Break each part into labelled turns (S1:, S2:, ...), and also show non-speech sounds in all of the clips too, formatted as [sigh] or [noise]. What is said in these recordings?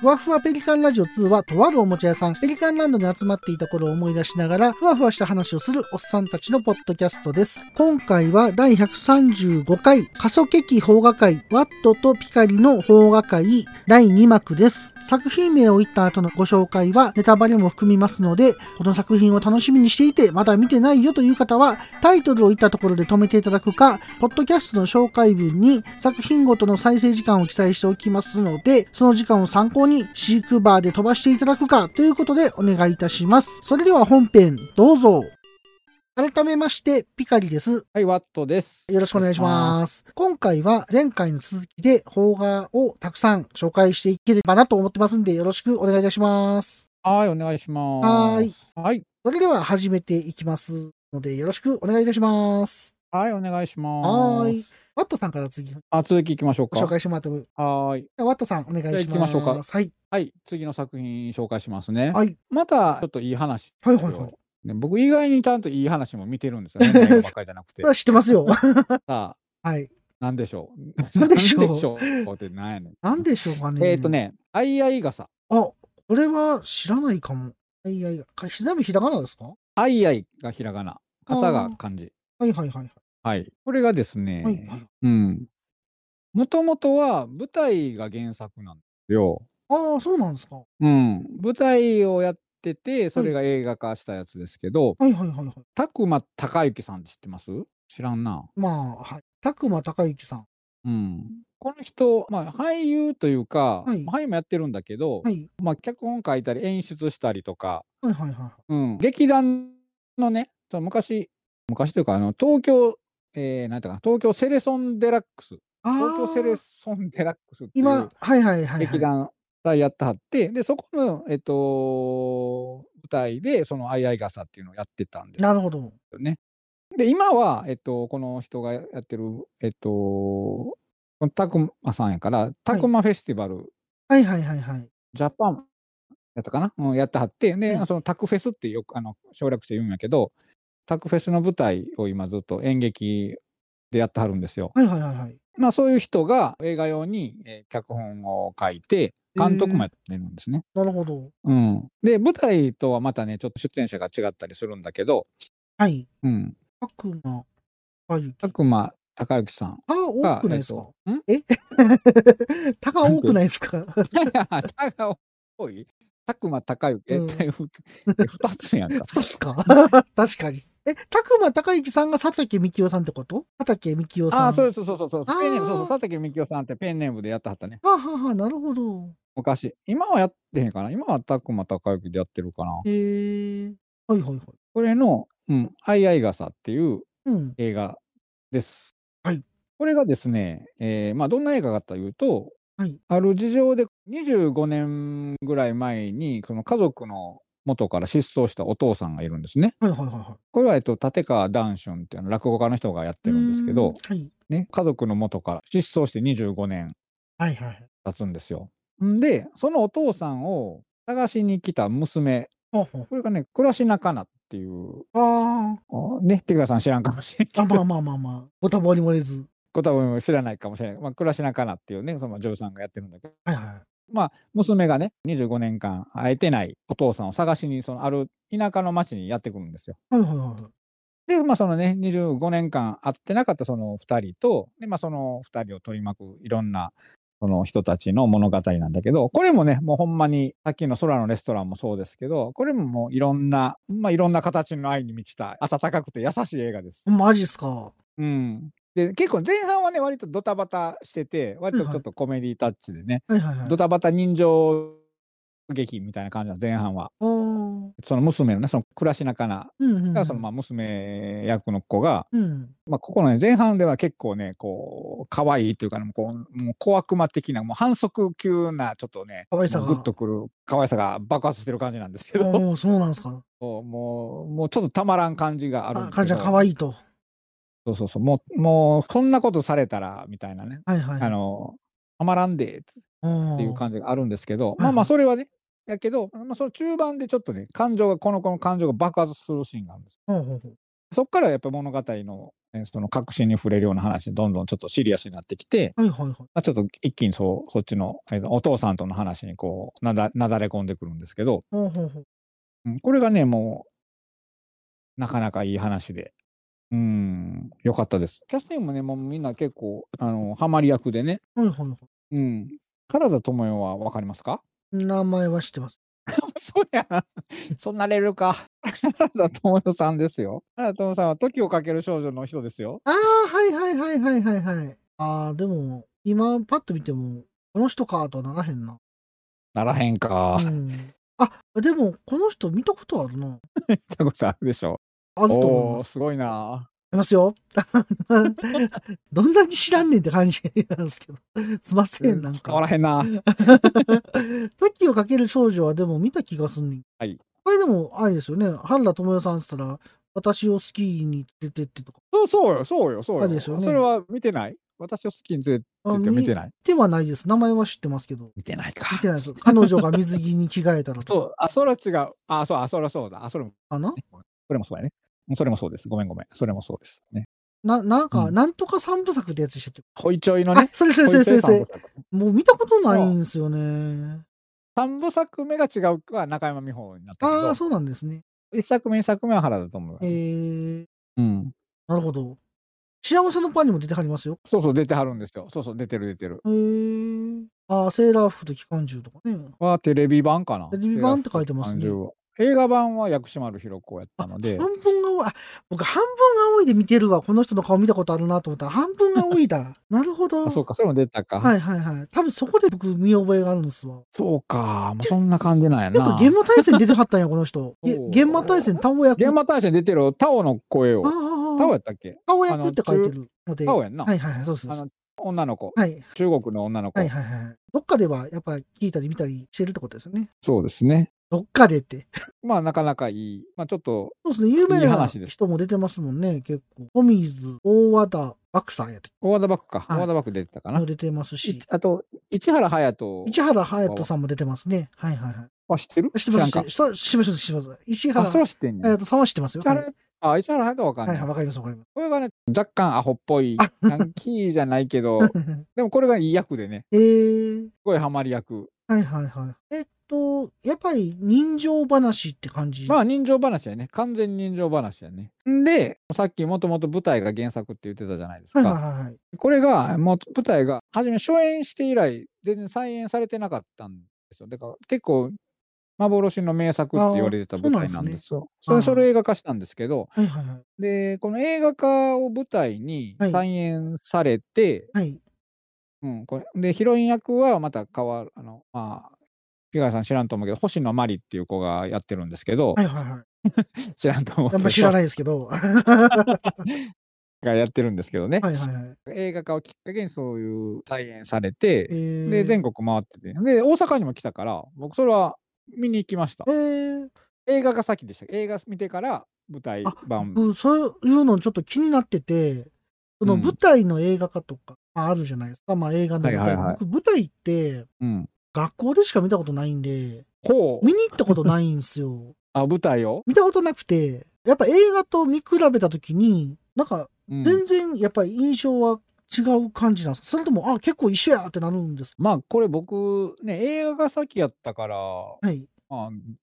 S1: ふわふわペリカンラジオ2はとあるおもちゃ屋さん、ペリカンランドに集まっていた頃を思い出しながら、ふわふわした話をするおっさんたちのポッドキャストです。今回は第135回、過疎劇邦画会、ワットとピカリの邦画会第2幕です。作品名を言った後のご紹介はネタバレも含みますので、この作品を楽しみにしていて、まだ見てないよという方は、タイトルを言ったところで止めていただくか、ポッドキャストの紹介文に作品ごとの再生時間を記載しておきますので、その時間を参考にシークバーで飛ばしていただくかということでお願いいたします。それでは本編どうぞ。改めまして、ピカリです。
S2: はい、ワットです。
S1: よろしくお願いします。今回は前回の続きで邦画をたくさん紹介していければなと思ってますんで、よろしくお願いいたします。
S2: はい、お願いします。
S1: はーい。
S2: はい。
S1: それでは始めていきますので、よろしくお願いいたします。
S2: はい、お願いします。
S1: はーい。。ワットさんから次、
S2: あ、続き行きましょう
S1: ご紹
S2: か。
S1: 介してもらっても、
S2: はーい。
S1: ワットさんお願いします。
S2: じゃあ行きましょうか
S1: はい。
S2: はい、次の作品紹介しますね。
S1: はい。
S2: また、ちょっといい話。
S1: はいはいはい。
S2: ね、僕以外にちゃんといい話も見てるんですよね。映画ばっかりじゃなく
S1: [laughs] そ
S2: て。
S1: れは知ってますよ。
S2: さあ、
S1: [laughs] はい。
S2: なんでしょう。
S1: なんでしょう
S2: なんでしょうってなんやねん。
S1: なんでしょうかね。
S2: えっと。ね、あいあい傘。
S1: あ、これは知らないかも。はいはいはい。ひなみひらがなですか
S2: あいあいがひらがな。傘が漢字。
S1: はいはいはい
S2: はい。これがですね、
S1: はい。はいはい。
S2: うん。もともとは舞台が原作なんですよ。
S1: ああ、そうなんですか。は
S2: うん、舞台をやってて、それが映画化したやつですけど、
S1: いはいはいはい。
S2: 拓磨孝之さんって知ってます知らんな。
S1: まあ、はい。たくまたかゆきさん。
S2: うん。この人、まあ、俳優というか、
S1: はい
S2: 俳優もやってるんだけど、
S1: はい。
S2: まあ、脚本書いたり演出したりとか、
S1: はいはいはい。
S2: うん、劇団のね、その昔、昔というか、あの東京、えー、なんていうかな、東京セレソンデラックス、
S1: あ
S2: 東京セレ
S1: ー
S2: ソンデラックスっていう
S1: 今、はいはいはいは
S2: 劇
S1: い。
S2: 団がやってはって、でそこの、えっと、舞台でその「あいあい傘」っていうのをやってたんです
S1: なるほど。
S2: よね。で今は、えっと、この人がやってる、えっと、このたくまさんやから「たくまフェスティバル
S1: はいはいはいはい。
S2: ジャパン」やったかな、うん、やってはってで、
S1: はい
S2: その「タクフェス」ってよくあの省略して言うんやけどタクフェスの舞台を今ずっと演劇でやってはるんですよ。
S1: はいはいはいはい。
S2: まあ、そういう人が映画用に、えー脚本を書いて監督もやってるんですね。
S1: なるほど。
S2: うん、で舞台とはまたねちょっと出演者が違ったりするんだけど、
S1: はい。
S2: うん、
S1: たくまたかゆき。
S2: 佐久間孝之さん
S1: た多くないですか
S2: えっとん
S1: えたが多くないですか
S2: たが多い佐久間孝之え、
S1: うん
S2: 二つ
S1: [laughs]
S2: やんか
S1: 二つか確かに。え、たくまたかゆきさんが佐竹みきおさんってこと佐竹みきおさん。
S2: ああそう
S1: は
S2: ですそうそうそう
S1: あー
S2: ペンネームそうそう佐竹みきおさんってペンネームでやってはったね
S1: あ、はあはあ、なるほど。
S2: 昔今はやってへんかな今は佐久間孝之でやってるかな
S1: へえ。はいはいはい。
S2: これの「うん、アイアイ傘」っていう
S1: うん。
S2: 映画です。
S1: はい
S2: これがですね、えーまあ、どんな映画かというと、
S1: はい
S2: ある事情で25年ぐらい前にその家族の元から失踪したお父さんがいるんですね。
S1: はいはいはいはい。
S2: これは、えっと、立川談春っていうあの落語家の人がやってるんですけ
S1: うー
S2: ど、
S1: ん。はい。
S2: ね、家族の元から失踪して25年
S1: はいはいはい。
S2: 経つんですよ。んでそのお父さんを探しに来た娘
S1: ほうほう
S2: これがね倉科かなっていう
S1: あ
S2: あーねピカさん知らんかもしれんけ
S1: あ、
S2: ど [laughs]
S1: あ、まあまあまあまあ、ご多忙に漏れず。
S2: ことは知らないかもしれない。まあ、倉科かなっていうね、その女優さんがやってるんだけど、
S1: はいはい。
S2: 娘がね、25年間会えてないお父さんを探しに、そのある田舎の町にやってくるんですよ。
S1: はいはいはい。
S2: で、まあ、そのね、25年間会ってなかったその2人と、でまあ、その2人を取り巻くいろんな、その人たちの物語なんだけど、これもね、もうほんまに、さっきの空のレストランもそうですけど、これももういろんな、まあ、いろんな形の愛に満ちた、温かくて優しい映画です。
S1: マジっすか。
S2: うん、で結構前半はね割とドタバタしてて割とちょっとコメディタッチでね、
S1: はいはいはい。
S2: ドタバタ人情劇みたいな感じの前半は
S1: ああ。うん
S2: その娘のねその倉科かな
S1: うん、う
S2: が
S1: ん。
S2: そのまあ娘役の子が、
S1: うん。
S2: まあ、ここのね前半では結構ねこう可愛いというか、ね、こうもう小悪魔的なもう反則級なちょっとね
S1: 可愛さ
S2: も
S1: が
S2: うグッとくる可愛さが爆発してる感じなんですけど、
S1: おお、そうなんですか。
S2: [laughs] もうもうちょっとたまらん感じがあるん
S1: あ、
S2: ですけど
S1: かんちゃん可愛いと。
S2: そうそうそうもうもうこんなことされたらみたいなね
S1: はいはい。
S2: あの、たまらんでっていう
S1: じ。
S2: 感じがあるんですけど、
S1: うん
S2: まあま
S1: は
S2: あ、
S1: い
S2: それはね、やけど、まあ、その中盤でちょっとね、感情が、この子の感情が爆発するシーンがあるんです。
S1: ほうほうほう
S2: そこからやっぱ物語のねその革新に触れるような話、どんどんちょっとシリアスになってきて、
S1: はいはいはい。
S2: まあ、ちょっと一気にそうそっちの、えーお父さんとの話にこうなだなだれ込んでくるんですけど、
S1: ほうほうほう。
S2: うんこれがね、もう、なかなかいい話で、うん、よかったです。キャスティングもね、もうみんな結構、あの、ハマり役でね、
S1: はいはいはい。
S2: うん。原田知世はわかりますか
S1: 名前は知ってます。
S2: [laughs] そりゃ、そんなレベルか。原田知世さんですよ。原田知世さんは時をかける少女の人ですよ。
S1: ああ、はいはいはいはいはいはい。ああ、でも、今パッと見ても、この人かとはならへんな。
S2: ならへんか
S1: う。ん、あ、でも、この人見たことあるな。
S2: 見たことあるでしょ。
S1: あると思い
S2: お
S1: ま
S2: ー、
S1: す。
S2: すごいな。
S1: いますよ。 [laughs] どんなに知らんねんって感じなんですけど。 [laughs] すいません、なん
S2: 伝わら
S1: か。
S2: へんな。
S1: [laughs] 時をかける少女はでも見た気がすんねん。
S2: はい。
S1: これでも、あれですよね。原田知世さんっつったら、私をスキーに連れてってとか。
S2: そうそうよ、そうよ、そう
S1: あ
S2: よ。
S1: れですよね
S2: それは見てない私を好きに連れて
S1: あ
S2: って見て
S1: 見
S2: ない。
S1: てはないです。名前は知ってますけど。
S2: 見てないか
S1: 見てない
S2: [laughs]
S1: です。彼女が水着に着替えたら
S2: そ
S1: と
S2: う、あ、それは違う。あ、そう、あ、それはそうだ。あ、それも、
S1: かかな
S2: それもそうやね。うんそれもそうです。ごめんごめん。それもそうです。ね。
S1: な、なんか、
S2: うん
S1: なんとか三部作ってやつでしたっけ
S2: ホイチョイの
S1: あ
S2: ね、。
S1: それそれそれそれそ
S2: ホイ
S1: れ
S2: チョイ。三部作
S1: もう見たことないんですよね。
S2: 三部作目が違うは中山美穂になったけ
S1: あ
S2: ど
S1: あ、、そうなんですね。
S2: 一作目、二作目は原田知
S1: え
S2: 世。
S1: ー、
S2: うん。
S1: なるほど。幸せのパンにも出てはりますよ。
S2: そうそう、出てはるんですよ。そうそう、出てる出てる。
S1: えー、ああ、セーラー服と機関銃とかね。
S2: はテレビ版かな。
S1: テレビ版って書いてますね
S2: 30を映画版は薬師丸ひろ子やったので、
S1: 半分が多い。あ、僕、半分が多いで見てるわ。この人の顔見たことあるなと思ったら、半分が多いだ。なるほど。
S2: [laughs] あそうか、それも出たか。
S1: はいはいはい。多分そこで僕、見覚えがあるんですわ。
S2: そうか、もうそんな感じなんや
S1: 結構、
S2: な。
S1: 現場対戦出てはったんや、この
S2: [laughs]
S1: 人。げ
S2: そう
S1: 現場対戦、タオ役。
S2: 現場大戦出てるタオの声を
S1: あ。
S2: タオや
S1: あ、
S2: ったっけ
S1: タオ役って書いてるので。
S2: タオ
S1: は
S2: やんな。
S1: いはいはい、そうです。
S2: あ
S1: は
S2: の女の子、
S1: い。
S2: 中国の女の子。
S1: はいはいはい。どっかではやっぱ聞いたり見たりしてるってことですよね。
S2: そうですね。
S1: どっかでって。
S2: まあなかなかいい。まあちょっと、
S1: そうですね、有名
S2: いい
S1: な
S2: 話です
S1: 人も出てますもんね、結構。トミーズ、大和田、アクサーやと
S2: 大和田バックか。
S1: はい
S2: 大和田バック出てたかな。
S1: も出てます
S2: い
S1: し、
S2: あと、市原隼
S1: 市
S2: 人
S1: 原隼人さんも出てますね。はいはいは
S2: は知ってる
S1: い。知って
S2: 知
S1: ま
S2: ら
S1: す
S2: んか。
S1: し、そう知ってます、知ってます。石
S2: あ、
S1: 原
S2: それは知ってんねん。
S1: 隼人さんは知ってますよ。
S2: 市
S1: はい
S2: 原あ、市原隼人はわかん
S1: は
S2: ないい。
S1: はい、わかりますわかりま
S2: これがね、若干アホっぽい、
S1: あ [laughs]
S2: ヤンキーじゃないけど、
S1: す。
S2: でもこれがいい役でね、
S1: えー、
S2: すごいハマり役。
S1: はいはいはい。えっと、やっぱり人情話って感じ。
S2: まあ人情話やね。完全に人情話やね。んで、さっきもともと舞台が原作って言ってたじゃないです
S1: はい
S2: か
S1: は。いはいはい。
S2: これが、もう舞台が、初め初演して以来、全然再演されてなかったんですよ。だから結構、幻の名作って言われてた
S1: あーそう
S2: 舞
S1: なんで
S2: 台
S1: すね
S2: なんですよ。
S1: あ
S2: そ
S1: ー
S2: れ、それを映画化したんですけど、
S1: はいはいはい。
S2: で、この映画化を舞台に
S1: はい
S2: 再演されて、
S1: はい。
S2: うん、これで、ヒロイン役はまた変わる、あの、まあ、ピガさん知らんと思うけど、星野真里っていう子がやってるんですけど
S1: は、いはいはい。
S2: 知らんと思うけ
S1: やっ
S2: ど。。
S1: ぱ知らないいですけど。は
S2: がやってるんですけどね
S1: い。はいはい。
S2: 映画化をきっかけにそういう再演されて、
S1: えー、
S2: で、全国回ってて、で、大阪にも来たから、僕、それは見に行きました
S1: え。ー、
S2: 映画が先でした。映画見てから舞台版。
S1: うん、そういうのちょっと気になってて、その
S2: うん
S1: 舞台の映画化とか、まあ、あるじゃないですか、まあ映画の舞台。
S2: はいはいはい
S1: 僕、舞台って
S2: うん。
S1: 学校でしか見たことないんで、
S2: ほう
S1: 見。に行ったことないんですよ。
S2: あ、舞台を、
S1: 見たことなくて、やっぱ映画と見比べたときに、なんか
S2: うん
S1: 全然やっぱり印象は違う感じなんですか、それとも、あ、結構一緒やってなるんですか
S2: まあ、これ僕、ね、映画が先やったから、
S1: はい、
S2: まあ、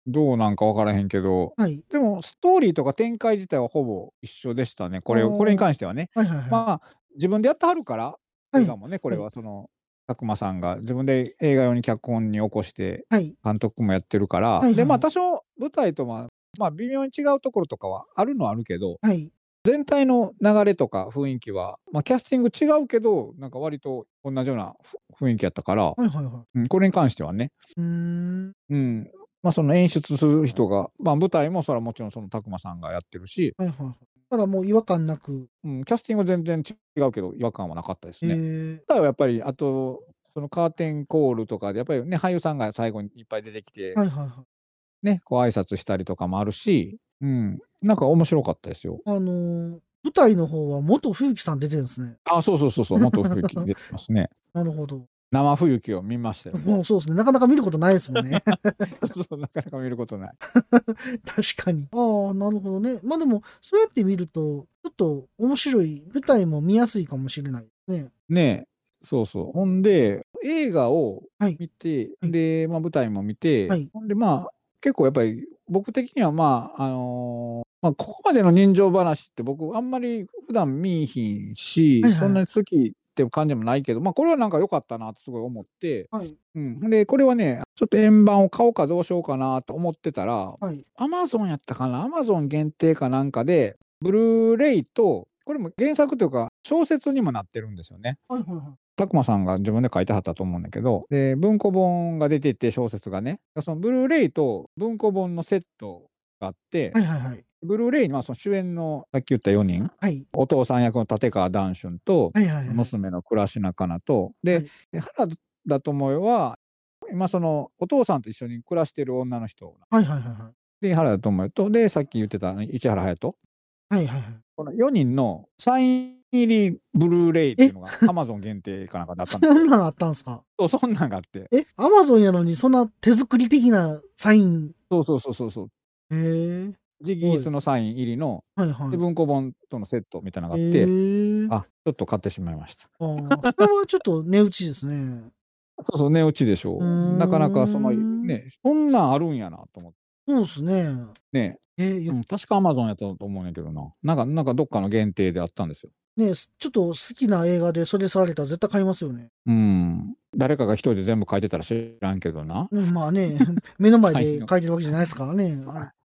S2: どうなんか分からへんけど、
S1: はい、
S2: でも、ストーリーとか展開自体はほぼ一緒でしたね。これ、
S1: おー
S2: これに関してはね。
S1: はい、はい。はい
S2: まあ、自分でやってはるから、
S1: はい
S2: 映画もね、これはその、佐久間さんが自分で映画用に脚本に起こして、
S1: はい、
S2: 監督もやってるから、
S1: いはい
S2: でまあ多少舞台とは、まあ、微妙に違うところとかはあるのはあるけど
S1: はい。
S2: 全体の流れとか雰囲気は、まあ、キャスティング違うけどなんか割と同じようなふ雰囲気やったから、
S1: はいはいは
S2: うんこれに関してはね、
S1: い。うーん。
S2: うんまあ、その演出する人が、まあ、舞台もそれはもちろんその拓磨さんがやってるし、
S1: はいはいはい。ただもう違和感なく、
S2: うん、キャスティング全然違うけど違和感はなかったです
S1: え
S2: ね。
S1: ー、
S2: 舞台はやっぱりあとそのカーテンコールとかでやっぱりね俳優さんが最後にいっぱい出てきて、
S1: はいはいはい。
S2: ね、こう挨拶したりとかもあるし、うん、なんか面白かったですよ。
S1: あのー舞台の方は元冬木さん出てるんですね。
S2: あ、そうそうそうそう、元冬木出てますね。
S1: なるほど。
S2: [laughs] 生冬木を見ましたよ。
S1: もうそうですね。なかなか見ることないですもんね。
S2: [laughs] そうなかなか見ることない。
S1: 確かに。ああ、なるほどね。まあでも、そうやって見ると、ちょっと面白い、舞台も見やすいかもしれないね。
S2: ねえ、そうそう。ほんで、映画を
S1: はい
S2: 見て、
S1: はい
S2: で、まあ、舞台も見て、
S1: はい
S2: ほんで、まあ、結構やっぱり、僕的には、まあ、あのーまあ、ここまでの人情話って僕、あんまり普段見いひんし、
S1: はいはい
S2: そんなに好きって感じもないけど、まあ、これはなんか良かったなってすごい思って、
S1: はい。
S2: うん。ほんで、これはね、ちょっと円盤を買おうかどうしようかなと思ってたら、
S1: はい。
S2: アマゾンやったかな、アマゾン限定かなんかで、ブルーレイと、これも原作というか、小説にもなってるんですよね。
S1: はい。は
S2: たくまさんが自分で書いてはったと思うんだけど、で文庫本が出てて、小説がね、そのブルーレイと文庫本のセットがあって、
S1: い。はい。はい。はい。
S2: ブルーレイにはその主演の、さっき言った4人、
S1: はい。
S2: お父さん役の立川談春と、
S1: はい。はい。はい。
S2: 娘の倉科かなと、で、
S1: はい
S2: で原田知世は、今、そのお父さんと一緒に暮らしてる女の人
S1: はい。はい。はい。
S2: で、原田知世と、で、さっき言ってた市原隼人。
S1: はい。はい。はい。
S2: この4人のサイン入りブルーレイっていうのが Amazon 限定かなんかだった
S1: そ
S2: んだけ
S1: んなのあったんすか
S2: ど、そうそんなんがあって。
S1: え、アマゾンやのにそんな手作り的なサイン。
S2: そうそうそうそうそう。
S1: へえ。
S2: ジギースのサイン入りの
S1: はいはい。
S2: で文庫本とのセットみたいなのがあっ
S1: へ
S2: て、
S1: え。あ
S2: あ、ちょっと買ってしまいました。
S1: あー。これはちょっと値打ちですね。
S2: そうそう、値打ちでしょ
S1: うーん
S2: う。なかなかその、ね、そんなんあるんやなと思って。
S1: そうですね。
S2: ね、
S1: えーよ
S2: うん、確か Amazon やったと思うんやけどな。なんか、なんかどっかの限定であったんですよ。
S1: ねすちょっと好きな映画でそれ触れたら絶対買いますよね。
S2: うん。誰かが一人で全部書いてたら知らんけどな。
S1: うん、まあ
S2: [laughs]
S1: ね、目の前
S2: サイ
S1: で
S2: ンを
S1: 書いてるわけじゃないですからね。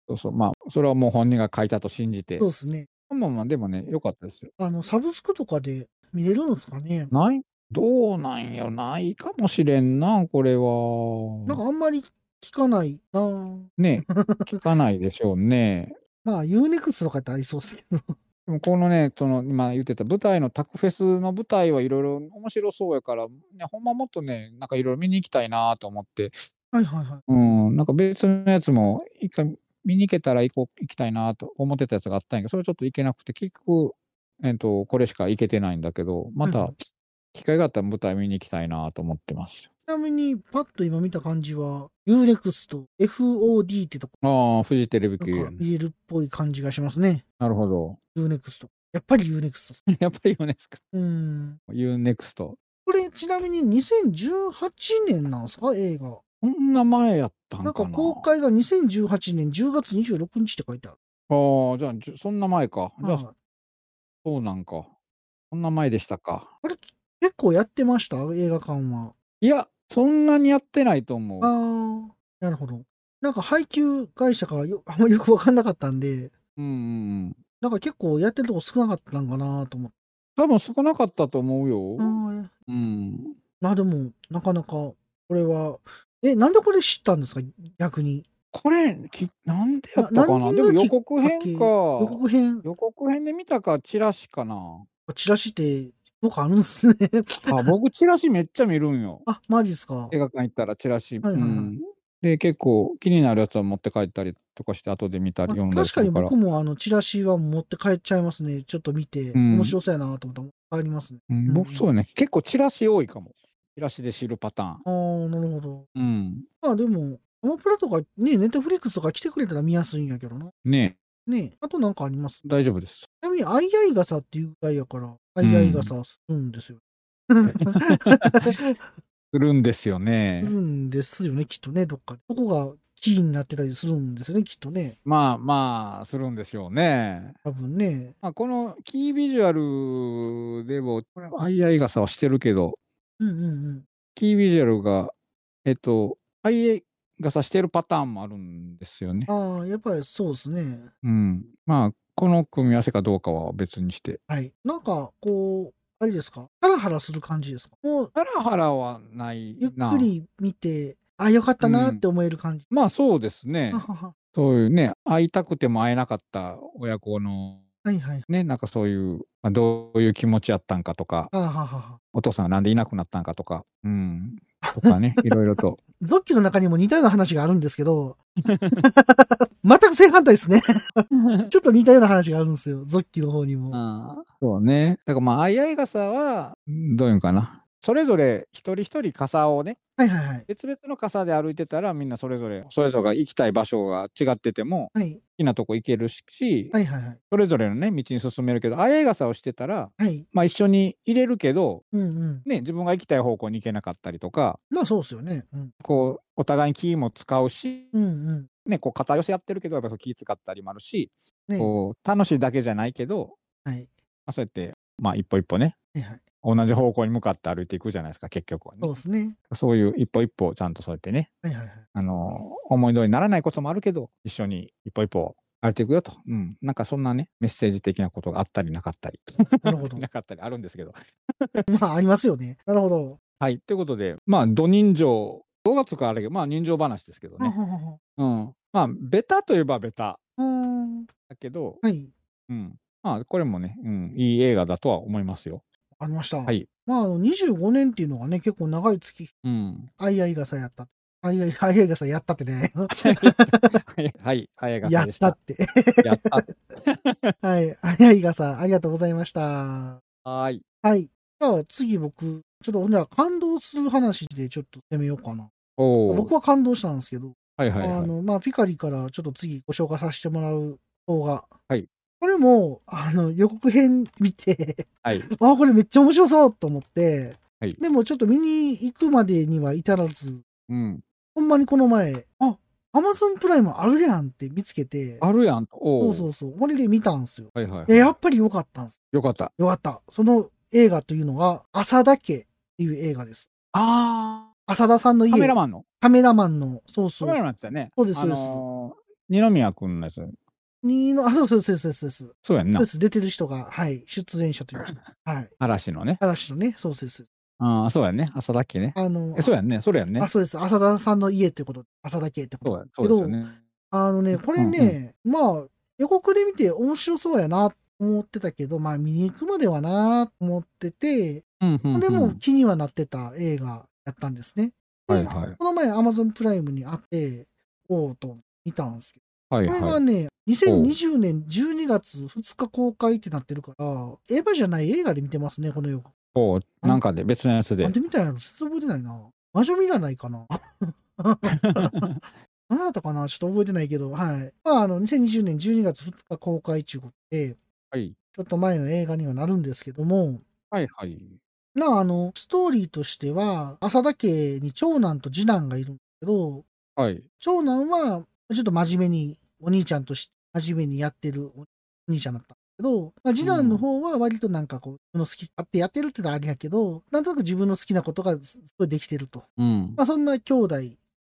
S2: そうそう、まあ、それはもう本人が書いたと信じて
S1: そう。ですね。
S2: まあまあ、でもね、良かったですよ。
S1: あの、サブスクとかで見れるんですかね。
S2: ないどうなんやないかもしれんな、これは。
S1: なんかあんまり聞かないなぁ
S2: ね、聞かないでしょうね。
S1: まあ、UNEXT とかってありそうですけど。
S2: でもこのね、その今言ってた舞台のタクフェスの舞台はいろいろ面白そうやから、ね、ほんまもっとね、なんかいろいろ見に行きたいなと思って、
S1: はいはいはい。
S2: うん、なんか別のやつも一回見に行けたら行こう行きたいなと思ってたやつがあったんやけど、それちょっと行けなくて、結局、えっと、これしか行けてないんだけど、ま
S1: うんう
S2: た
S1: ん
S2: 機会があったら舞台見に行きたいなと思ってます。
S1: ちなみに、パッと今見た感じは、UNEXT、FOD ってとこ
S2: ああ、フジテレビ
S1: な
S2: 系。
S1: んか見えるっぽい感じがしますね。
S2: なるほど。 [laughs]
S1: UNEXT。やっぱり UNEXT。
S2: やっぱり UNEXT。
S1: うん。
S2: UNEXT。
S1: これ、ちなみに2018年なんですか映画。
S2: こんな前やったんか
S1: なん
S2: な。
S1: か公開が2018年10月26日って書いてある。
S2: ああ、じゃあ、じゅそんな前か。じゃあ、
S1: はい
S2: そうなんか。そんな前でしたか。
S1: 結構やってました映画館は。
S2: いや、そんなにやってないと思う。
S1: ああ、なるほど。なんか配給会社かよあんまよくわかんなかったんで、
S2: うんうんうん。
S1: なんか結構やってるとこ少なかったんかなと思って。
S2: 多分少なかったと思うよ。
S1: ああ
S2: うん。
S1: まあでも、なかなか、これは、え、なんでこれ知ったんですか逆に。
S2: これ、きなんでやった
S1: な
S2: かな
S1: 何
S2: で
S1: が
S2: も
S1: き
S2: 予告編
S1: きっか
S2: か。
S1: 予告編、
S2: 予告編で見たか、チラシ
S1: [laughs]
S2: かな。
S1: チラシって、よくあるんですね。 [laughs]
S2: あ、僕、チラシめっちゃ見るんよ。
S1: あ、マジっすか。
S2: 映画館行ったらチラシ。
S1: はいはいはい
S2: うんで、結構気になるやつは持って帰ったりとかして、後で見たり
S1: まあ
S2: 読んだり
S1: 確
S2: す
S1: かに
S2: るから
S1: 僕。もあのチラシは持って帰っちゃいますね。ちょっと見て、
S2: うん
S1: 面白そうやなと思ったら帰りますね。
S2: う
S1: う
S2: ん
S1: ん
S2: 僕、そうね。結構チラシ多いかも。チラシで知るパターン。
S1: ああ、なるほど。
S2: うん。
S1: まあでも、アマプラとか、ね、ネットフリックスとか来てくれたら見やすいんやけどな。
S2: ね
S1: ねあとなんかあります
S2: え大丈夫です。
S1: ちなみに、アイアイ傘っていうぐらいやから、アイアイ傘するんですよ。
S2: [laughs] するんですよ
S1: する
S2: ね。
S1: んですよね、きっとね、どっかで。そこがキーになってたりするんですよね、きっとね。
S2: まあまあ、するんでしょうね。
S1: 多分ね。
S2: まあ、このキービジュアルでも、これはアイアイ傘はしてるけど、
S1: うんうんうん。
S2: キービジュアルが、えっと、アイアイ傘してるパターンもあるんですよね。
S1: ああ、やっぱりそうですね。
S2: うん。まあ、この組み合わせかどうかは別にして。
S1: はい。なんか、こう、あれですかハラハラする感じですかもう、
S2: ハラハラはない
S1: ゆっ
S2: な。
S1: くり見て、あ、よかったなって思える感じ。
S2: まあそうですね
S1: は。はは
S2: そういうね、会いたくても会えなかった親子の、
S1: はいはい。
S2: ね、なんかそういう、まあ、どういう気持ちやったんかとか、
S1: あははは。
S2: お父さんがなんでいなくなったんかとか、
S1: [laughs]
S2: うん、とかね、いろいろと。
S1: ゾッキの中にも似たような話があるんですけど、全く正反対ですね。 [laughs] ちょっと似たような話があるんですよ。ゾッキの方にも。
S2: そうね。だからまあ、相合い傘は、どういうのかな。それぞれ一人一人傘をね、
S1: はいはいはい。
S2: 別々の傘で歩いてたら、みんなそれぞれ、それぞれが行きたい場所が違ってても、
S1: はい。
S2: 好きなとこ行けるし、
S1: はいはいはい。
S2: それぞれのね、道に進めるけど、あえ傘をしてたら、
S1: はい。
S2: まあ一緒に入れるけど、
S1: うんうん。
S2: ね、自分が行きたい方向に行けなかったりとか、
S1: まあそうですよね。うん。
S2: こう、お互いに気も使うし、
S1: うんうん。
S2: ね、こう、肩寄せやってるけど、やっぱり気使ったりもあるし、
S1: ね
S2: こう、楽しいだけじゃないけど、
S1: はい。
S2: まあ、そうやって、まあ一歩一歩ね、
S1: はいはい。
S2: 同じ方向に向かって歩いていくじゃないですか、結局は
S1: そう
S2: ね。
S1: ですね。
S2: そういう一歩一歩、ちゃんとそうやってね、
S1: はいはいはい。 [laughs]
S2: あの、思い通りにならないこともあるけど、一緒に一歩一歩歩いていくよと。うん。なんかそんなね、メッセージ的なことがあったりなかったり、
S1: なるほど
S2: [laughs] 。なかったりあるんですけど。
S1: まあありますよね。なるほど。
S2: はい。ということで、まあ、ど人情、動画とかあれけど、まあ、人情話ですけど
S1: は
S2: ね。
S1: ははは
S2: うん。まあ、ベタといえばベタ
S1: うーん
S2: だけど、
S1: はい。
S2: うん。まあ、これもね、うん、いい映画だとは思いますよ。
S1: ありました。
S2: はい。
S1: まああの25年っていうのがね、結構長い月、
S2: うん。 [laughs]
S1: あいあい傘やった。あいあい、あいあい傘やったってね。
S2: はい。早が
S1: や
S2: さ
S1: っ
S2: でし
S1: っ。
S2: たた
S1: て。
S2: やった。
S1: はい。あいあい傘、ありがとうございました。
S2: はーい。
S1: はい。じゃあ次僕、ちょっとじゃあ感動する話でちょっと攻めようかな。
S2: おお。
S1: 僕は感動したんですけど、
S2: はいはい
S1: あ
S2: はい。
S1: の、まあ、ピカリからちょっと次ご紹介させてもらう方が。
S2: はい
S1: これも、あの、予告編見て、 [laughs]
S2: はい。
S1: ああ、これめっちゃ面白そうと思って、
S2: はい
S1: でもちょっと見に行くまでには至らず、
S2: うん。
S1: ほんまにこの前、あ、アマゾンプライムあるやんって見つけて、
S2: あるやん。お
S1: そ
S2: お。
S1: うそうそう、これで見たんですよ。
S2: はいはい。
S1: でやっぱり良かったんです。
S2: よかった。
S1: 良かった。その映画というのが、浅田家っていう映画です。
S2: あ
S1: 浅田さんの
S2: あ。
S1: 家。
S2: カメラマンの。
S1: カメラマンの、そうそ
S2: カ
S1: う
S2: メ。ラマンってね。
S1: そうですそうです
S2: あのー二宮君のやつ。
S1: にの、あ、そうそうそうそうそうそう。
S2: そうやん
S1: そう
S2: な
S1: で。す。出てる人が、はい、出演者というか、はい。
S2: 嵐のね。
S1: 嵐のね、そうです。
S2: ああ、そうやんね。浅田家ね。
S1: あの、
S2: え、そうやんね。それやんね
S1: あ、。そうです。浅田さんの家ってこと、浅田家ってこ
S2: そ
S1: と。
S2: うや、そうですよね。
S1: あのね、これね、まあ、予告で見て面白そうやなと思ってたけど、まあ、見に行くまではなと思ってて、
S2: うんうんうん
S1: でも、気にはなってた映画やったんですね。で
S2: はいはい
S1: この前、Amazon プライムにあって、おうと見たんですけど
S2: はい
S1: これ
S2: は
S1: が
S2: い。
S1: ね、2020年12月2日公開ってなってるから、エヴァじゃない映画で見てますね、この予告。
S2: こう、なんかで、別のやつで
S1: なん。で見たんやろちょっと覚えてないな。魔女見がないかな。何だったかなちょっと覚えてないけど、はい。まあ、あの、2020年12月2日公開中国で、
S2: [laughs] はい。
S1: ちょっと前の映画にはなるんですけども、
S2: はいはい。
S1: まあ、あの、ストーリーとしては、浅田家に長男と次男がいるんだけど、
S2: はい。
S1: 長男は、ちょっと真面目に、お兄ちゃんとして、真面目にやってるお兄ちゃんだったんだけど、まあ、次男の方は割となんかこう、自分の好き勝手やってるってのはあれやけど、なんとなく自分の好きなことがすごいできてると。
S2: うん。
S1: まあ、そんな兄弟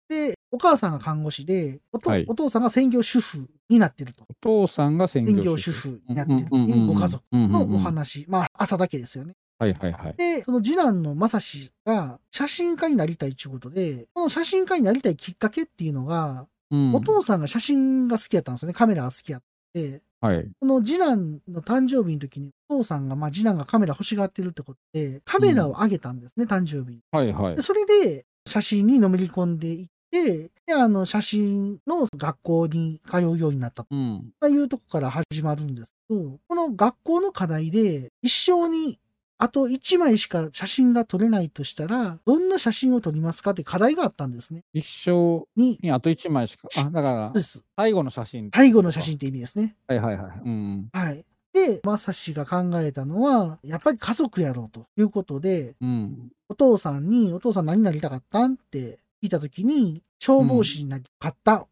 S1: で、お母さんが看護師で、おと
S2: はい
S1: お父さんが専業主婦になってると。
S2: お父さんが専
S1: 専
S2: 業
S1: 業主
S2: 主婦。
S1: 婦になってると
S2: うんうんうん
S1: いううんご家族
S2: うん
S1: の
S2: うんう
S1: お
S2: ん
S1: 話。まあ、朝だけですよね。
S2: はいはいはい。
S1: で、その次男の正志が写真家になりたいということで、その写真家になりたいきっかけっていうのが、
S2: うん
S1: お父さんが写真が好きやったんですよね。カメラが好きやって。
S2: はい。
S1: その次男の誕生日の時に、お父さんが、まあ次男がカメラ欲しがってるってことで、カメラをあげたんですね、誕生日に。
S2: はいはい
S1: で。それで写真にのめり込んでいって、で、あの、写真の学校に通うようになったと
S2: うん。
S1: いうとこから始まるんですけど、この学校の課題で、一生にあと1枚しか写真が撮れないとしたら、どんな写真を撮りますかって課題があったんですね。
S2: 一生
S1: に、
S2: にあと一枚しか。あ、だか
S1: そう
S2: ら、
S1: です。
S2: 最後の写真。
S1: 最後の写。真って意味ですね。
S2: はいはいはい。うん。
S1: はい。で、まさしが考えたのは、やっぱり家族やろうということで、
S2: うん。
S1: お父さんに、お父さん何になりたかったんって聞いたときに、消防士になりたかったっ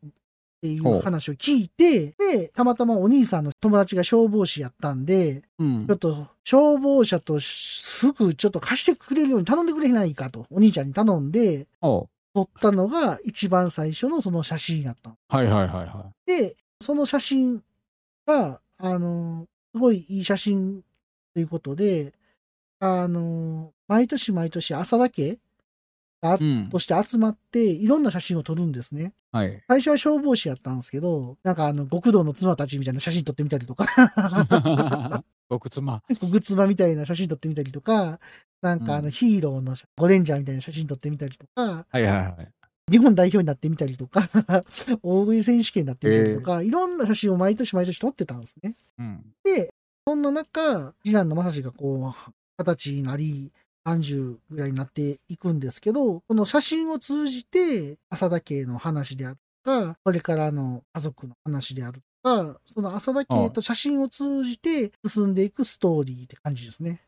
S1: ていう話を聞いて、で、たまたまお兄さんの友達が消防士やったんで、
S2: うん
S1: ちょっ。と消防車と服ちょっと貸してくれるように頼んでくれないかと、お兄ちゃんに頼んで、
S2: おう
S1: 撮ったのが一番最初のその写真やったの。
S2: はいはいはいは
S1: で、その写真が、あの、すごいいい写真ということで、あの、毎年毎年朝だけ
S2: い。うん
S1: と。して集まって、いろんな写真を撮るんですね。
S2: はい。 [laughs]
S1: 最初は消防士やったんですけど、なんかあの、極道の妻たちみたいな写真撮ってみたりと
S2: [laughs]
S1: か、
S2: 僕妻。
S1: 極妻みたいな写真撮ってみたりとか、なんかあ
S2: う
S1: の、
S2: ん
S1: ヒーローの写ゴレンジャーみたいな写真撮ってみたりとか、
S2: はいはいはい。
S1: 日本代表になってみたりとか、 [laughs] 大食い選手権になってみたりとか、いろんな写真を毎年毎年撮ってたんですね。
S2: うん。
S1: で、そんな中、次男の正志がこう、二十歳になり、 30ぐらいになっていくんですけど、この写真を通じて、浅田家の話であるとか、これからの家族の話であるとか、その浅田家と写真を通じて進んでいくストーリーって感じですね。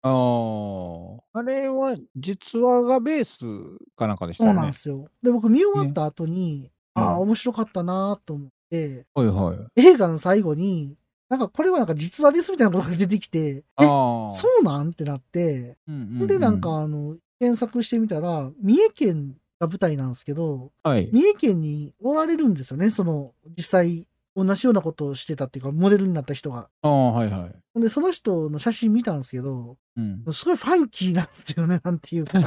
S2: あーあれは実話がベースかなんかでした
S1: そ
S2: よ
S1: う
S2: ね。
S1: なんですよ。で、僕見終わった後に、ああ、面白かったなと思って、
S2: はいはい。
S1: 映画の最後に、なんかこれはなんか実話ですみたいなことが出てきて、え、
S2: ああ。
S1: そうなんってなって、
S2: うんうう
S1: で、なん、かあの、検索してみたら、三重県が舞台なんですけど、
S2: はい。
S1: 三重県におられるんですよね、その、実際、同じようなことをしてたっていうか、モデルになった人が。
S2: ああ、はいはい。
S1: ほんで、その人の写真見たんですけど、 [laughs]
S2: うん。
S1: すごいファンキーなんですよね、 [laughs] なんていうか。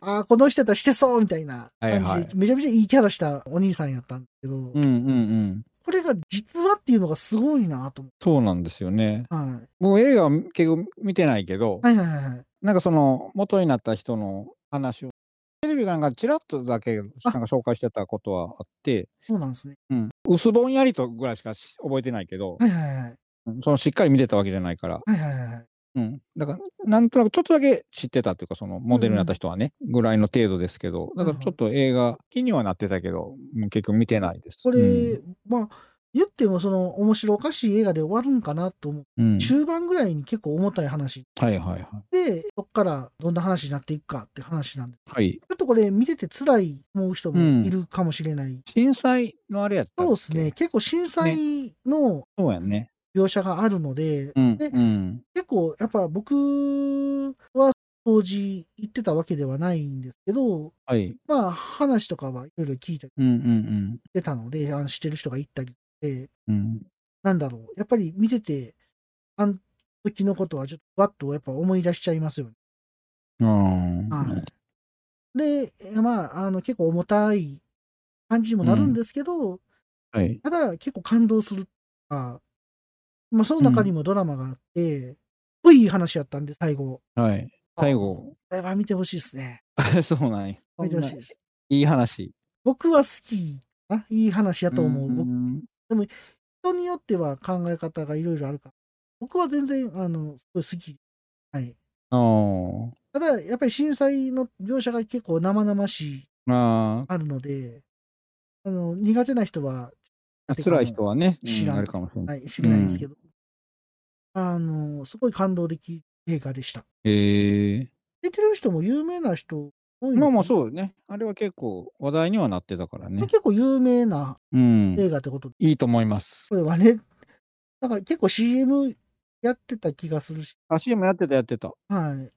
S1: ああ、この人やったらしてそうみたいな感じで、
S2: はいはい
S1: めちゃめちゃいいキャラしたお兄さんやったんですけど、
S2: うんうんうん。
S1: これが実話っていうのがすごいなと思
S2: そうなんですよね。
S1: う。はい。
S2: もう映画は結構見てないけど、
S1: はいはいはいはい。
S2: なんかその元になった人の話を、テレビがなんかちらっとだけなんか紹介してたことはあって、
S1: そうなんですね。
S2: うん、薄ぼんやりとぐらいしかし覚えてないけど、
S1: はいはいはい。
S2: うんそのしっかり見てたわけじゃないから、
S1: はいはいはいはい。
S2: うん、だからなんとなくちょっとだけ知ってたというか、そのモデルになった人はね、ぐらいの程度ですけど、だからちょっと映画、気にはなってたけど、うん結局見てないです。
S1: これ、
S2: うん
S1: まあ、言ってもその面白おかしい映画で終わるんかなと思う。
S2: うん
S1: 中盤ぐらいに結構重たい話
S2: はいはいはい。
S1: で、そっからどんな話になっていくかって話なんで、
S2: は
S1: ち
S2: い。
S1: ょっとこれ見てて辛い思う人もいるかもしれない。
S2: 震災のあれやったっけ
S1: そうですね。。結構震災の
S2: そうやね。
S1: 描写があるので、
S2: うん。
S1: で
S2: うん。
S1: 結構やっぱ僕は当時行ってたわけではないんですけど、
S2: はい。
S1: まあ話とかはいろいろ聞いたり
S2: うんうん
S1: してたので、あのしてる人が行ったりして、
S2: うん。うん。
S1: なんだろう、やっぱり見てて、あの時のことはちょっとわっとやっぱ思い出しちゃいますよね。
S2: うん
S1: はいで、まあ、あの結構重たい感じにもなるんですけど、
S2: はい。
S1: ただ結構感動するとか、まあその中にもドラマがあって、すごいいい話やったんで、最後。
S2: はい。最後。 [laughs]
S1: これは見てほしいですね。
S2: そうなんや。
S1: 見てほしいです。
S2: いい話。
S1: 僕は好きかないい話やと思う。
S2: ん
S1: 僕人によっては考え方がいろいろあるから。僕は全然、あの、すごい好き。はい。
S2: あ
S1: ただ、やっぱり震災の描写が結構生々しい、
S2: あ。あ
S1: あるので、あの、苦手な人は、
S2: あ。辛い人はね、
S1: 知らん
S2: うんあるかもしれない。
S1: はい、知らないですけど、あの、すごい感動的映画でした。
S2: へえ。
S1: 出てる人も有名な人多いのかな
S2: まあまあそうね。あれは結構話題にはなってたからね。
S1: 結構有名な
S2: うん。
S1: 映画ってことで、
S2: いいと思います。
S1: これはね、なんか結構 CM やってた気がするし、
S2: あ、CM やってたやってた。あ
S1: はい。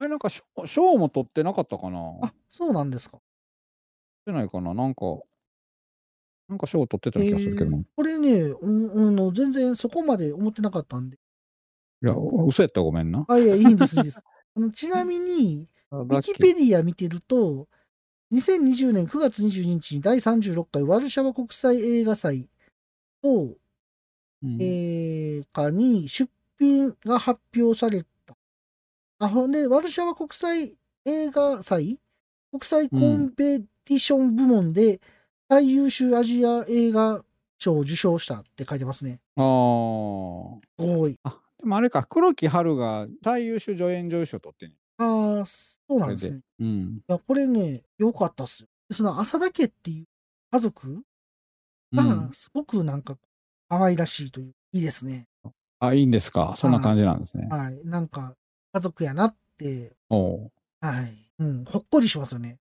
S2: れなんか賞賞も取ってなかったかな
S1: あ、そうなんですか。
S2: じゃないかな、なんか、なんか賞を取ってた気がするけどな、
S1: これね、うんうんの、全然そこまで思ってなかったんで。
S2: いや、嘘やったらごめんな。
S1: あ、いや、いいんです、いい
S2: [laughs]
S1: です。あのちなみに、ウィキペディア見てると、2020年9月22日に第36回ワルシャワ国際映画祭と
S2: うん
S1: 映画に出品が発表された。あ、ほんで、ワルシャワ国際映画祭国際コンペティション部門で最優秀アジア映画賞を受賞したって書いてますね。
S2: あー
S1: すごい。
S2: あ。でもあれか、黒木春が最優秀助演女優賞取ってんね
S1: ああ、そうなんですね。
S2: うん。
S1: いや、これね、良かったっすよ。その浅田家っていう家族
S2: う
S1: が
S2: ん、、
S1: すごくなんか、可愛らしいという、いいですね。
S2: あ、いいんですか。そんな感じなんですね。
S1: はい。なんか、家族やなって、
S2: おう
S1: はい。うん、ほっこりしますよね。